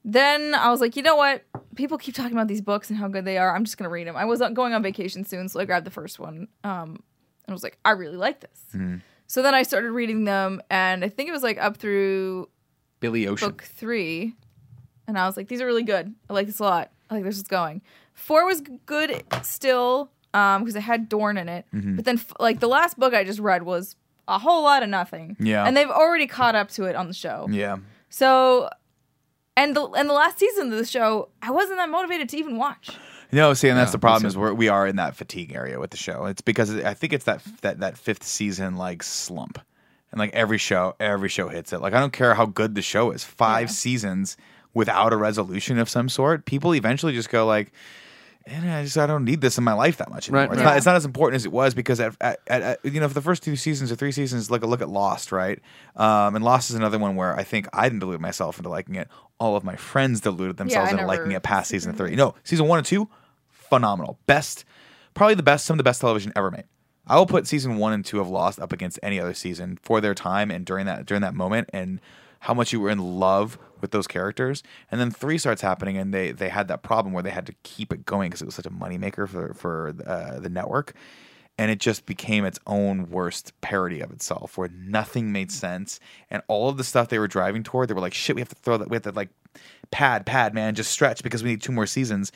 Then I was like, you know what? People keep talking about these books and how good they are. I'm just gonna read them. I was on- going on vacation soon, so I grabbed the first one. Um, and was like, I really like this.
Mm-hmm.
So then I started reading them, and I think it was like up through
Billy
Oh,
Ocean.
book three, and I was like, these are really good. I like this a lot. I like this is going. Four was good still, um, because it had Dorn in it.
Hmm. Mm-hmm.
But then, f- like the last book I just read was a whole lot of nothing.
Yeah.
and they've already caught up to it on the show.
Yeah.
So, and the and the last season of the show, I wasn't that motivated to even watch.
No, see, and that's
Yeah,
the problem is we're, we are in that fatigue area with the show. It's because it- I think it's that that that fifth season like slump, and like every show, every show hits it. Like I don't care how good the show is, five seasons without a resolution of some sort, people eventually just go like, and I just I don't need this in my life that much
Right,
anymore. It's
right.
not it's not as important as it was because at, at, at, at- you know for the first two seasons or three seasons, like a look at Lost, right? Um, and Lost is another one where I think I didn't delude myself into liking it. All of my friends deluded themselves into
never-
liking it past season three. No, season one and two, phenomenal, best, probably the best, some of the best television ever made. I will put season one and two of Lost up against any other season for their time and during that during that moment and how much you were in love with those characters. And then three starts happening, and they they had that problem where they had to keep it going because it was such a moneymaker for for uh, the network. And it just became its own worst parody of itself, where nothing made sense, and all of the stuff they were driving toward, they were like, "Shit, we have to throw that. We have to like pad, pad, man, just stretch because we need two more seasons."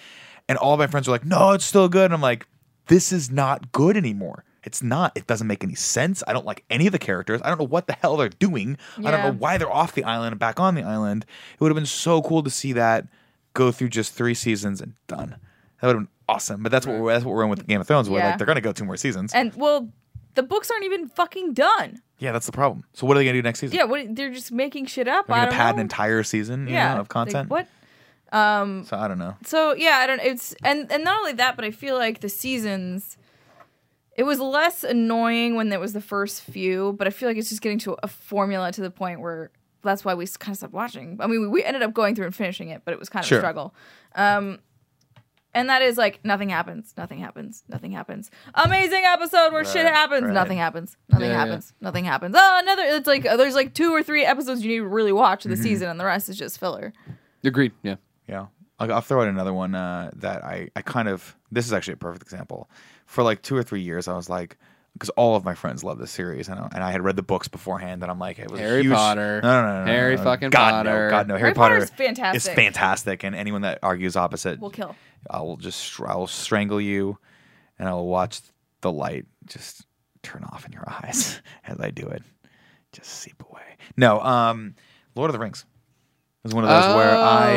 And all my friends were like, "No, it's still good." And I'm like, "This is not good anymore. It's not. It doesn't make any sense. I don't like any of the characters. I don't know what the hell they're doing. I don't
Yeah.
know why they're off the island and back on the island. It would have been so cool to see that go through just three seasons and done. That would have been awesome. But that's what we're, that's what we're in with Game of Thrones. Where
Yeah.
like they're gonna go two more seasons.
And well, the books aren't even fucking done.
yeah, that's the problem. So what are they gonna do next season?
Yeah, what they're just making shit up.
they're
I
gonna
don't
pad
know.
an entire season you
yeah
know, of
like,
content.
what? Um,
So I don't know.
So yeah, I don't. It's and and not only that, but I feel like the seasons. It was less annoying when there was the first few, but I feel like it's just getting to a formula to the point where that's why we kind of stopped watching. I mean, we, we ended up going through and finishing it, but it was kind of
Sure.
a struggle. Um, and that is like nothing happens, nothing happens, nothing happens. Amazing episode where shit
Right,
happens,
right.
nothing happens, nothing
Yeah, yeah.
happens, nothing happens. Oh, another. It's like there's like two or three episodes you need to really watch in the season, and the rest is just filler.
Agreed. Yeah.
Yeah. I'll, I'll throw out another one uh, that I, I kind of, this is actually a perfect example. For like two or three years, I was like, because all of my friends love this series, and I, and I had read the books beforehand, and I'm like, it was a
Harry
huge-
Potter.
No, no, no, no,
Harry
no, no.
fucking
God,
Potter.
No, God, no. Harry,
Harry
Potter
Potter is fantastic.
It's fantastic, and anyone that argues opposite,
We'll kill.
I will just, str- I will strangle you, and I will watch the light just turn off in your <laughs> eyes as I do it, just seep away. No, um, Lord of the Rings. It was one of those where I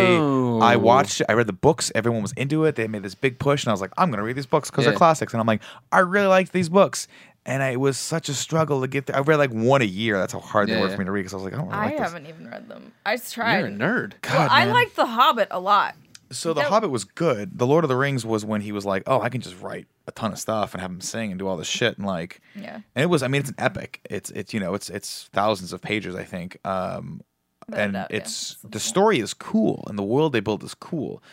I
Oh.
watched it, I read the books, everyone was into it, they made this big push, and I was like, I'm gonna read these books because
Yeah.
they're classics. And I'm like, I really liked these books. And I, it was such a struggle to get there. I read like one a year. That's how hard
Yeah,
they were
yeah.
for me to read because I was like, I don't really
I
like this.
haven't even read them. I just tried.
You're a nerd.
God,
well, I
man.
liked The Hobbit a lot.
So The
That-
Hobbit was good. The Lord of the Rings was when he was like, "Oh, I can just write a ton of stuff and have him sing and do all this shit." And like,
Yeah.
and it was. I mean, it's an epic. It's it's you know, it's it's thousands of pages. I think. Um,
But
and
that- yeah,
it's
it's a
the
lot.
story is cool and the world they built is cool.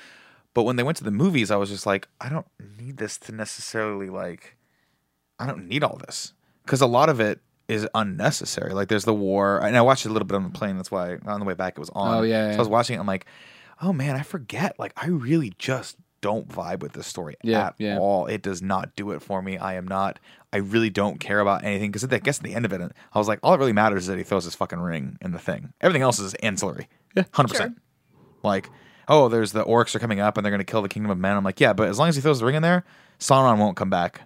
But when they went to the movies, I was just like, I don't need this to necessarily like, I don't need all this because a lot of it is unnecessary. Like, there's the war, and I watched it a little bit on the
Mm-hmm.
plane. That's why on the way back it was on.
Oh, yeah,
So
yeah.
I was watching it. I'm like, oh man, I forget. Like, I really just don't vibe with this story
Yeah,
at
yeah.
all. It does not do it for me. I am not. I really don't care about anything because I guess at the end of it, I was like, all that really matters is that he throws his fucking ring in the thing. Everything else is ancillary. Hundred percent. Like, oh, there's the orcs are coming up and they're gonna kill the kingdom of men. I'm like, yeah, but as long as he throws the ring in there, Sauron won't come back,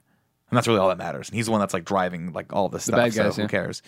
and that's really all that matters. And he's the one that's like driving like all this stuff.
bad guys,
so
yeah.
who cares?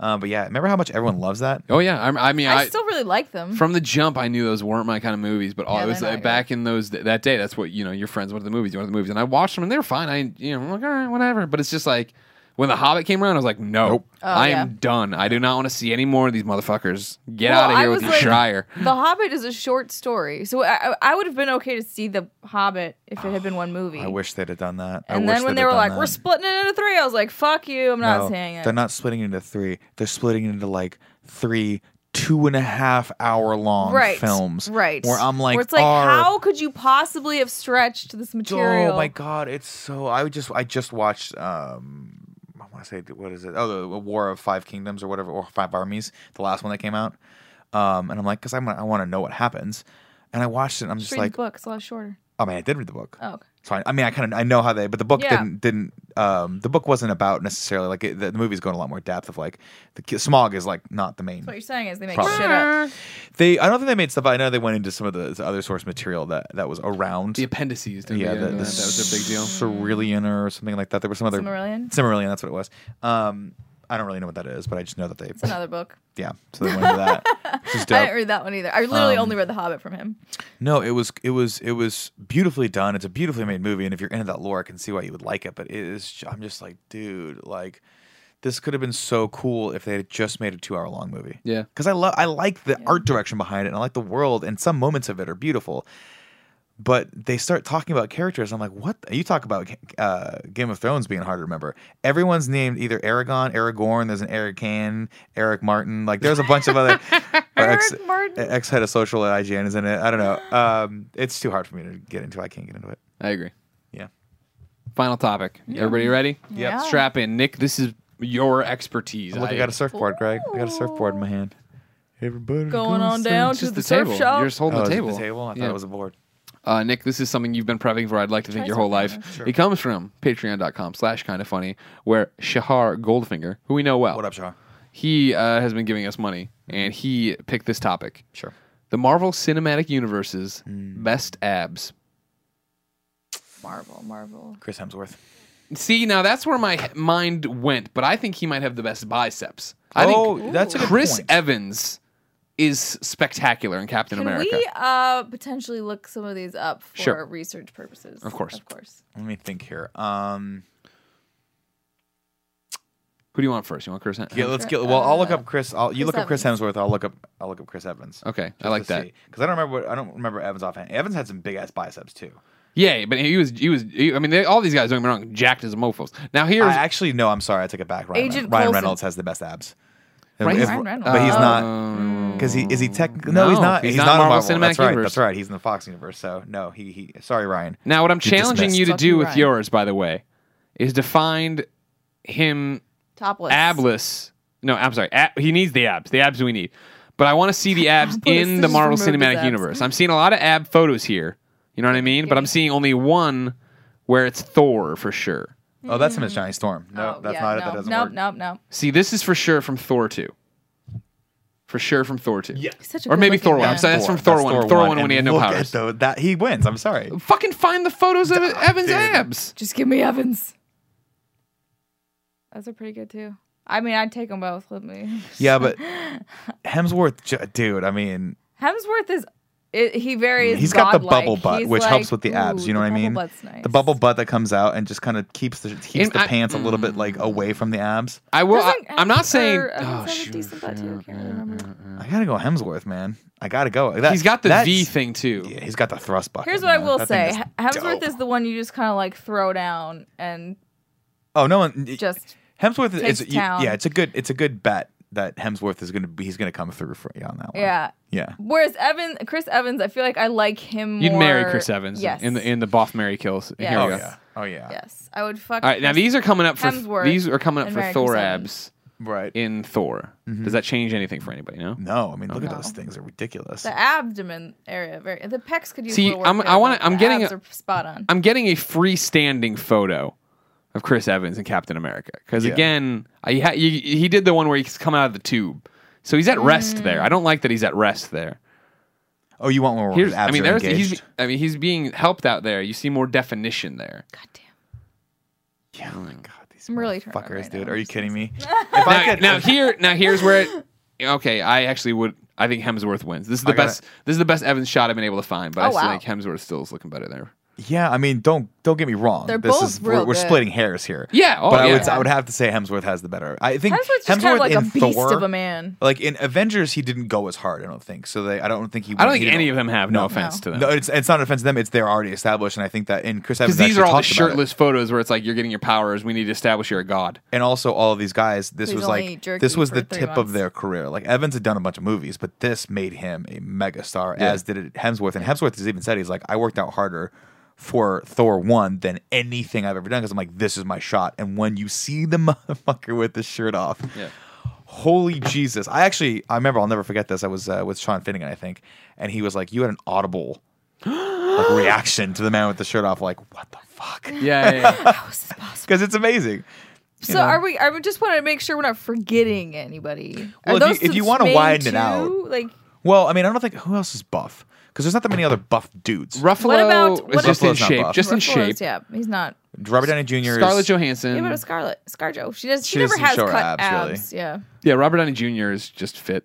Um, but yeah, remember how much everyone loves that?
Oh yeah. I'm, I mean,
I,
I,
still really like them.
from the jump, I knew those weren't my kind of movies. But all
Yeah,
it was
they're
uh,
not
back in those that day. That's what you know. Your friends went to the movies. You went to the movies, and I watched them, and they were fine. I you know, I'm like all right, whatever. But it's just like when the Hobbit came around, I was like, no, I am
Oh, yeah.
done. I do not want to see any more of these motherfuckers. Get
Well,
out of
I
here with
was
your
like-
Shire.
The Hobbit is a short story, so I, I- I would have been okay to see The Hobbit if it had been one movie.
<sighs> I wish they'd have done that. I
and
wish
then when
they'd
they
have
were
done
like,
that.
"We're splitting it into three, I was like, "Fuck you, I'm not
No,
saying it."
They're not splitting it into three. They're splitting it into like three, two and a half hour long
right
films.
right?
Where I'm like,
where it's like,
"Are-
how could you possibly have stretched this material?
Oh my god, it's so. I would just I just watched. um I want to say what is it? Oh, the War of Five Kingdoms or whatever, or Five Armies, the last one that came out. Um, and I'm like, because I want I want to know what happens. And I watched it. and I'm just
Just read
like,
the book; it's a lot shorter.
I mean, I did read the book.
Oh, okay.
So I, I mean, I kind of I know how they, but the book
Yeah.
didn't didn't. Um, the book wasn't about necessarily like it, the, the movie's going a lot more depth of like the ki- smog is like not the main
what you're saying is they make
Probably.
shit up.
They, I don't think they made stuff. I know they went into some of the, the other source material that that was around.
The appendices. Didn't
yeah,
yeah,
the,
that,
the
that was a big deal.
Cerulean or something like that. There was some other
Silmarillion?
Cimmerillion, that's what it was. Um, I don't really know what that is, but I just know that they,
It's another book.
yeah. So they went into that. Which is
I
dope. Um,
didn't read that one either. I literally only read The Hobbit from him.
No, it was it was it was beautifully done. It's a beautifully made movie, and if you're into that lore, I can see why you would like it. But it is, ju- I'm just like, dude, like this could have been so cool if they had just made a two hour long movie.
Yeah.
because I love I like the art direction behind it, and I like the world, and some moments of it are beautiful. But they start talking about characters. I'm like, what? You talk about uh, Game of Thrones being hard to remember. Everyone's named either Aragon, Aragorn. There's an Eric Can, Eric Martin. Like there's a bunch of
<laughs>
other. or ex-
Eric Martin.
ex head of social at IGN is in it. I don't know. Um, it's too hard for me to get into. I can't get into it.
I agree.
Yeah.
Final topic. Everybody ready?
Yeah.
Strap in, Nick. This is your expertise.
Look, I got a surfboard, Greg. I got a surfboard in my hand. Everybody
Going on down to
just
the,
the,
surf
table.
shop.
You're just holding
Oh,
the
is it
table.
The table. I thought
Yeah.
it was a board.
Uh, Nick, this is something you've been prepping for, I'd like to think,
Try
your whole
something
life. It comes from patreon.com slash kind of funny, where Shahar Goldfinger, who we know well,
What up, Shaw?
he uh, has been giving us money, and he picked this topic.
Sure.
The Marvel Cinematic Universe's
Hmm.
best abs.
Marvel, Marvel.
Chris Hemsworth.
See, now that's where my he- mind went, but I think he might have the best biceps. I
oh,
think
that's a good
Chris
point.
Evans is spectacular in Captain
Can
America.
we uh, potentially look some of these up for
Sure.
research purposes?
Of course.
Of course.
Let me think here. Um,
Who do you want first? You want Chris? Hem-
yeah, let's get. Well, I'll look up Chris. I'll, you
Chris
look up Chris Hemsworth. I'll look up. I'll look up Chris Evans.
Okay, I like that.
Because I don't remember. What, I don't remember Evans offhand. Evans had some big ass biceps too.
Yeah, but he was he was. He, I mean, they, all these guys. Don't get me wrong, jacked as mofos. Now here's
I actually no. I'm sorry. I took it back. Ryan,
Agent
Ryan
Coulson.
Reynolds has the best abs.
Ryan-
If-
Ryan Reynolds.
but he's
Oh.
um,
not because he is he technically no,
No,
he's not
he's
he's,
not
not,
Marvel Cinematic
in Marvel. That's right.
Universe.
That's right. He's in the Fox universe. So no, he he. Sorry, Ryan.
now what I'm challenging
dismissed.
you to
Fucking
do with
right.
yours, by the way, is to find him
Topless.
abless. No, I'm sorry. Ab, he needs the abs. The abs we need. But I want to see
<laughs>
the abs
Abless.
in the
Just
Marvel
remove his
Cinematic
abs.
Universe. I'm seeing a lot of ab photos here. You know what I mean? But I'm seeing only one where it's Thor for sure.
Oh, that's him as Johnny Storm. No,
Oh,
that's
yeah,
not it.
no,
That doesn't
nope,
work.
Nope, nope,
See, this is for sure from Thor 2. For sure from Thor 2. Yeah.
He's such a
Or maybe
good-looking
Thor one.
man.
I'm sorry, that's from Thor one. Thor one when he
and
had no
look
powers.
at tho- that he wins. I'm sorry.
Fucking find the photos of Evan's
dude.
abs.
Just give me Evans. Those are pretty good too. I mean, I'd take them both with me.
Yeah,
<laughs>
but Hemsworth, j- dude. I mean,
Hemsworth is it, he varies.
he's got the
godlike.
bubble butt,
He's
which
like,
helps with the abs.
"Ooh,
You know
the
what I
bubble
mean?
butt's nice."
The bubble butt that comes out and just kind of keeps the keeps
And
the
I-
pants a little bit
Mm.
like away from the abs.
I will. I,
Doesn't
am not
Hemsworth-
saying.
or
Oh,
Evans have a
shoot.
decent butt, too? I can't remember.
I gotta go Hemsworth, man. I gotta go. That-
Mm. He's got the
that's-
V thing too.
Yeah, he's got the thrust bucket.
Here's what I
man.
will
That
say:
thing is
H- Hemsworth
dope.
is the one you just kind of like throw down and
Oh no one
just
Hemsworth
takes
is you-
town.
yeah, it's a good it's a good bet that Hemsworth is gonna be he's gonna come through for you on that one.
yeah.
Yeah.
Whereas Evan, Chris Evans, I feel like I like him.
You'd
more.
marry Chris Evans
Yes.
in the in the Boff Mary kills.
Yes.
Here
Oh
we go.
yeah. Oh yeah.
yes, I would fuck.
All right, now
Chris-
these are coming up for
Hemsworth
these are coming up
and
for
Mary
Thor
Chris
abs
Right.
in Thor.
Mm-hmm.
Does that change anything for anybody? No.
no, I mean
Oh,
look at those things. They're ridiculous.
the abdomen area. Very the pecs could use.
See,
a little work
I'm- I
there,
wanna-
but
I'm
the
getting
abs
a-
are spot on.
I'm getting a freestanding photo of Chris Evans and Captain America because
Yeah.
again, I, ha- you, he did the one where he's coming out of the tube, so he's at rest
Mm.
there. I don't like that he's at rest there.
oh, you want one where
Here's,
his abs
I mean,
are
there's
engaged?
he's, I mean, he's being helped out there. You see more definition there.
God damn.
yeah, oh my god, these
I'm really turned on
fuckers,
right
dude.
now.
Are you kidding
<laughs>
me? if I
now, <laughs> now here now here's where it okay i actually would i think hemsworth wins this is the
I gotta-
best this is the best evans shot i've been able to find but i
Oh,
still
wow.
think hemsworth still is looking better there
Yeah, I mean, don't don't get me wrong.
They're
this
both
is
real
we're, we're
good.
splitting hairs here.
Yeah, oh,
but I
yeah.
would I would have to say Hemsworth has the better. I think
Hemsworth's just kind of
Hemsworth
like a
in
beast
Thor-
of a man.
Like in Avengers, he didn't go as hard. I don't think so. They I don't think he.
i don't
he
think any of them have no,
No.
offense to them
No, it's it's not an offense to them. It's they're already established, and I think that in Chris Evans
because these are
actually
all the
talked about it.
shirtless photos where it's like you're getting your powers we need to establish you're a god
and also all of these guys. This
He's
was
only
like
jerky
this was
for
the
three
tip
months.
of their career. Like Evans had done a bunch of movies, but this made him a megastar, as did it Hemsworth. And Hemsworth has even said he's like, I worked out harder for Thor one than anything I've ever done because I'm like, this is my shot. And when you see the <laughs> motherfucker with the shirt off,
Yeah.
holy Jesus! I actually I remember I'll never forget this. I was uh, with Sean Finnegan, I think, and he was like, you had an audible.
<gasps>
like reaction to the man with the shirt off, like what the fuck?
yeah yeah, yeah.
How is this possible?
Because it's amazing.
So are we? I just want to make sure we're not forgetting anybody.
Well, if
Are
you-
those
if you
the
wanna
main
widen it
two?
out,
like
Well, I mean, I don't think who else is buff because there's not that many other buff dudes.
<laughs> ruffalo
What about-
is
what
just
about-
in
Ruffalo's not
shape
buff.
just in shape
Ruffalo's- Yeah, he's not.
Robert Downey Jr. is-
scarlett johansson
Yeah, but Scarlet, ScarJo, she does. She,
She
never
doesn't
has
show her
cut abs.
abs, really.
Yeah,
yeah robert downey jr is just fit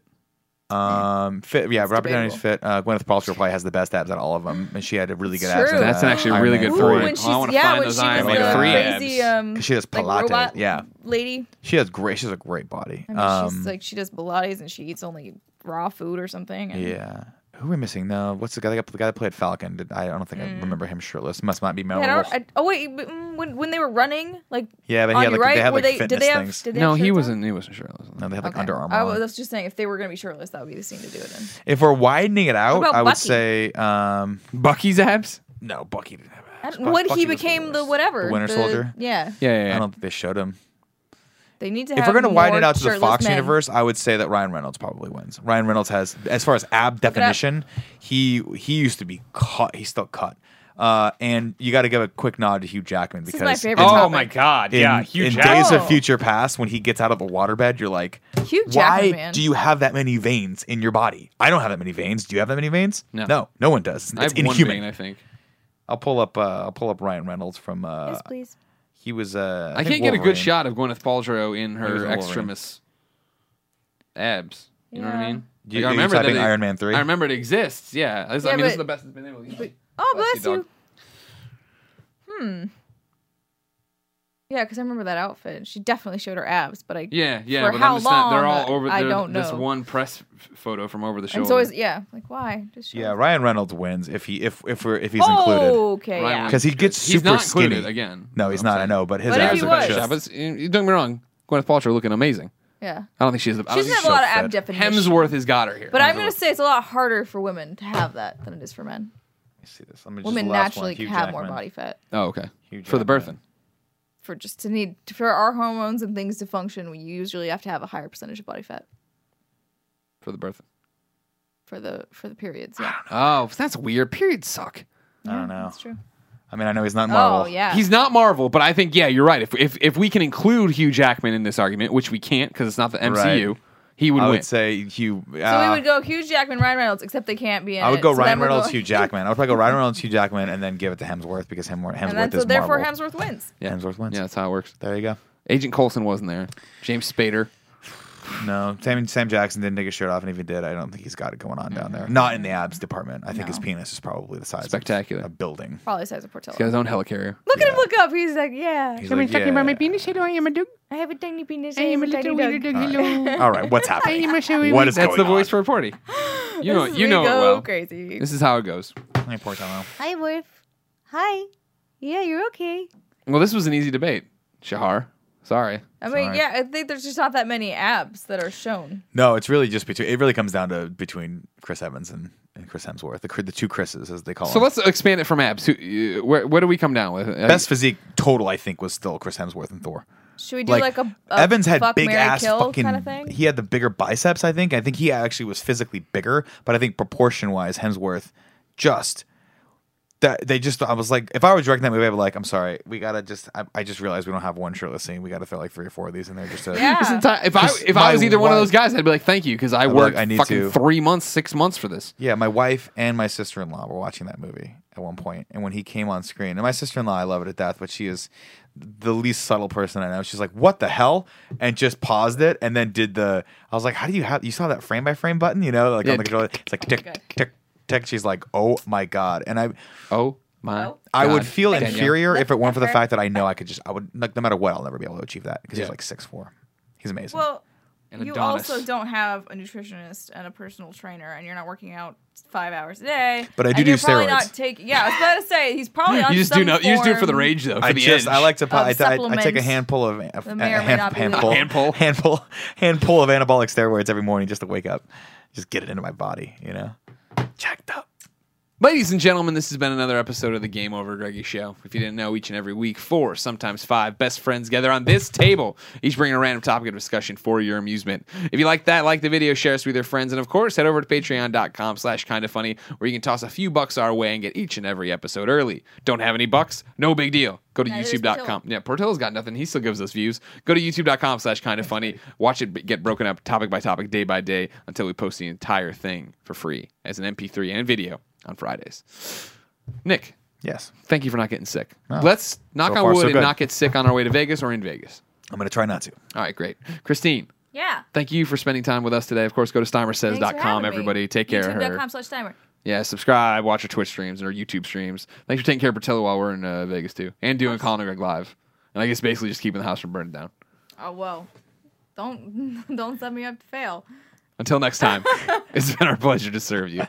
um fit. Yeah, Robert
debatable.
Downey's fit. Uh, Gwyneth Paltrow probably has the best abs out of all of them, and she had a really good
It's
abs.
true.
in,
That's
uh,
actually a
Iron
really
Man
good
four.
three.
Ooh, when
I
she's
wanna
yeah,
find
when
those
she
Iron
was
Man
the
three
crazy
abs.
um,
'Cause she does
like,
Pilates,
robot
yeah.
lady.
She has great. She has a great body.
I mean,
Um,
she's like she does Pilates and she eats only raw food or something. and-
yeah. Who are we missing? No, what's the guy? The guy that played Falcon. Did, I don't think
Hmm.
I remember him shirtless. Must not be
Yeah, I
memorable.
don't, I, oh wait, but, mm, when when they were running, like
Yeah, but he
on
had,
your
like,
right,
they had,
were
like,
they, did
fitness
they have,
things.
Did Oh, they
no
have
he
shirts
wasn't he wasn't shirtless
no, they have
on?
like Under Armour.
I
on.
was I was just saying if they were gonna be shirtless, that would be the scene to do it in.
if we're widening it out,
about
I would
Bucky?
say um,
bucky's abs
no. Bucky didn't have abs.
I don't-
Bu-
when
Bucky
he
was
became the
worst.
whatever
the Winter
the-
Soldier.
Yeah.
yeah yeah,
I
yeah.
don't think they showed him.
They need to.
If
have
we're going to widen
more
it out to the
shirtless
Fox
men.
universe, I would say that Ryan Reynolds probably wins. Ryan Reynolds has, as far as ab
it up.
definition, he he used to be cut. He's still cut. Uh, and you got to give a quick nod to Hugh Jackman
is
because
my favorite
in-
topic.
Oh my god!
in,
yeah, huge.
in Days
Oh.
of Future Past, when he gets out of the waterbed, you're like,
Hugh
why
Jackman, man.
do you have that many veins in your body? I don't have that many veins. Do you have that many veins?
No.
no, no one does.
I
It's
have one
inhuman.
vein, I think.
I'll pull up. Uh, I'll pull up Ryan Reynolds from. Uh,
Yes, please.
He was. Uh,
I,
think
can't get a
Wolverine.
good shot of Gwyneth Paltrow in
was
her
in Wolverine.
extremis abs. You know what I
Yeah.
mean?
You- are you typing
it-
Iron Man 3?
I remember it exists. Yeah, This- I
Yeah,
mean, this is
but-
the best it's been able to use.
Oh,
Bless
bless,
you,
you.
dog.
Yeah, because I remember that outfit. She definitely showed her abs, but I.
Yeah, yeah,
For
but
how
I'm just not. They're
long,
all over.
I
they're-
don't
This
know.
one press f- photo from over the
And
shoulder.
so is E yeah, like why? Just show
Yeah,
us.
Ryan Reynolds wins if he if if we're if he's included.
Oh, okay,
Ryan
yeah.
Reynolds
Because he
is-
gets
he's
super
not included
skinny.
again.
No, he's not. I know, but his
But if
abs
he
are good
was-
But
shit.
it's- you- Don't get me wrong. Gwyneth Paltrow looking amazing.
yeah.
I don't think she has. the- I don't
She doesn't
think
have
she's
a lot
so
of
fed.
ab definition.
Hemsworth has got her here.
But I'm
Hemsworth.
gonna say it's a lot harder for women to have that than it is for men.
Let me see this. Let me just-
Women
the last
naturally
one, Hugh
have more
Jackman.
body fat
Oh, okay.
Hugh
For the birthing.
Jackman.
for just to need for our hormones and things to function. We usually have to have a higher percentage of body fat
For the birthing.
for the for the periods. Yeah,
Oh, that's weird. Periods suck.
I don't know.
<laughs> that's true.
I mean, I know he's not in Marvel.
Oh yeah,
He's not Marvel, but I think yeah, you're right. If if, if we can include Hugh Jackman in this argument, which we can't because it's not the MCU,
Right.
he would
I
win.
would say Hugh.
So
uh,
we would go Hugh Jackman, Ryan Reynolds, except they can't be in
I would
it.
go
So
Ryan
then we'll
Reynolds,
go- <laughs>
Hugh Jackman. I would probably go Ryan Reynolds, Hugh Jackman, and then give it to Hemsworth because Hem-
And
Hemsworth
then,
is
so therefore
Marvel.
Hemsworth wins.
yeah.
Hemsworth wins.
Yeah, that's how it works.
There you go.
Agent Coulson wasn't there. James Spader.
No, Sam Sam Jackson didn't take his shirt off, and if he did, I don't think he's got it going on down there.
Mm-hmm.
Not in the abs department. I think his penis is probably the size
Spectacular.
of a building.
Probably size of Portillo.
He's got his own helicarrier.
Look at him look up. He's like, yeah,
He's like, yeah.
penis. Hello, I am a dude.
I have a tiny penis. I am a tiny dog. <laughs>
Hello.
All right, what's happening? What
What
is
is That's
going
the voice
on?
for Porty. You know,
This is
you
we
know it
go
well.
crazy.
This is how it goes.
Hey, Portillo.
Hi, Worf. Hi. Yeah, you're okay.
Well, this was an easy debate. Shahar, sorry.
I mean,
Sorry.
yeah, I think there's just not that many abs that are shown.
No, it's really just between. It really comes down to between Chris Evans and, and Chris Hemsworth, the, cr- the two Chris's as they call
So
them.
let's expand it from abs. Who, uh, where, where do we come down with? Uh,
Best physique total, I think, was still Chris Hemsworth and Thor.
Should we do like, a, a
Evans had
fuck,
big
marry,
ass
kill
fucking.
kind of thing?
He had the bigger biceps, I think. I think he actually was physically bigger, but I think proportion wise, Hemsworth just that they just. I was like, if I were directing that movie, I'd be like, I'm sorry, we gotta just. I, I just realized we don't have one shirtless scene. We gotta throw like three or four of these in there just
<laughs>
to.
Yeah.
This entire- if I
Just
if I
my
was either one of
wife-
those guys, I'd be like, "Thank you," because I worked
I need
fucking
to.
three months, six months for this.
Yeah, my wife and my sister in law were watching that movie at one point, and when he came on screen, and my sister in law, I love it to death, but she is the least subtle person I know. She's like, "What the hell?" and just paused it, and then did the. I was like, "How do you have? You saw that frame by frame button, you know, like
Yeah,
on the controller? It's like tick
God.
tick tick." She's like, "Oh my god!" And I,
Oh my!
Oh.
I would
God,
feel
Danielle.
inferior if it weren't for the
Leftover.
fact that I know I could just. I would like no matter what, I'll never be able to achieve that because
Yeah.
he's like six four. He's amazing.
Well,
An
you
Adonis.
also don't have a nutritionist and a personal trainer, and you're not working out five hours a day.
But I do
and
do
you're probably
steroids.
Not take, yeah, I was about to say he's probably on
<laughs> You just
some
do no, you just do it for the
form-
rage though. For
I
the
just
edge.
I like to put,
of
I, I, I take a
supplements
handful of a, a,
may or may
hand-
not be
handful,
legal. Handful.
<laughs> handful handful of anabolic steroids every morning just to wake up, just get it into my body, you know, jacked up.
Ladies and gentlemen, this has been another episode of the Game Over Greggy Show. If you didn't know, each and every week, four, sometimes five best friends gather on this table, each bringing a random topic of discussion for your amusement. If you like that, like the video, share us with your friends, and of course, head over to patreon.com slash kinda funny, where you can toss a few bucks our way and get each and every episode early. Don't have any bucks? No big deal. Go to
Neither does
youtube.com. Yeah, Portillo's got nothing. He still gives us views. Go to youtube.com slash kinda funny. Watch it b- get broken up topic by topic, day by day, until we post the entire thing for free as an MP3 and video on Fridays. Nick,
Yes,
thank you for not getting sick. Let's knock
So
on
far,
wood
so
and
good.
not get sick on our way to Vegas or in Vegas.
I'm gonna try not to.
All right, great. Christine,
Yeah.
thank you for spending time with us today. Of course, go to
Thanks for
steimersays.com,
having me.
everybody. Take care of her.
YouTube.com slash timer.
Yeah, subscribe, watch her Twitch streams and her YouTube streams. Thanks for taking care of Bertillo while we're in uh, Vegas, too, and doing Colin and Greg Live. And I guess basically just keeping the house from burning down.
Oh well. Don't <laughs> don't set me up to fail.
Until next time, it's been our pleasure to serve you.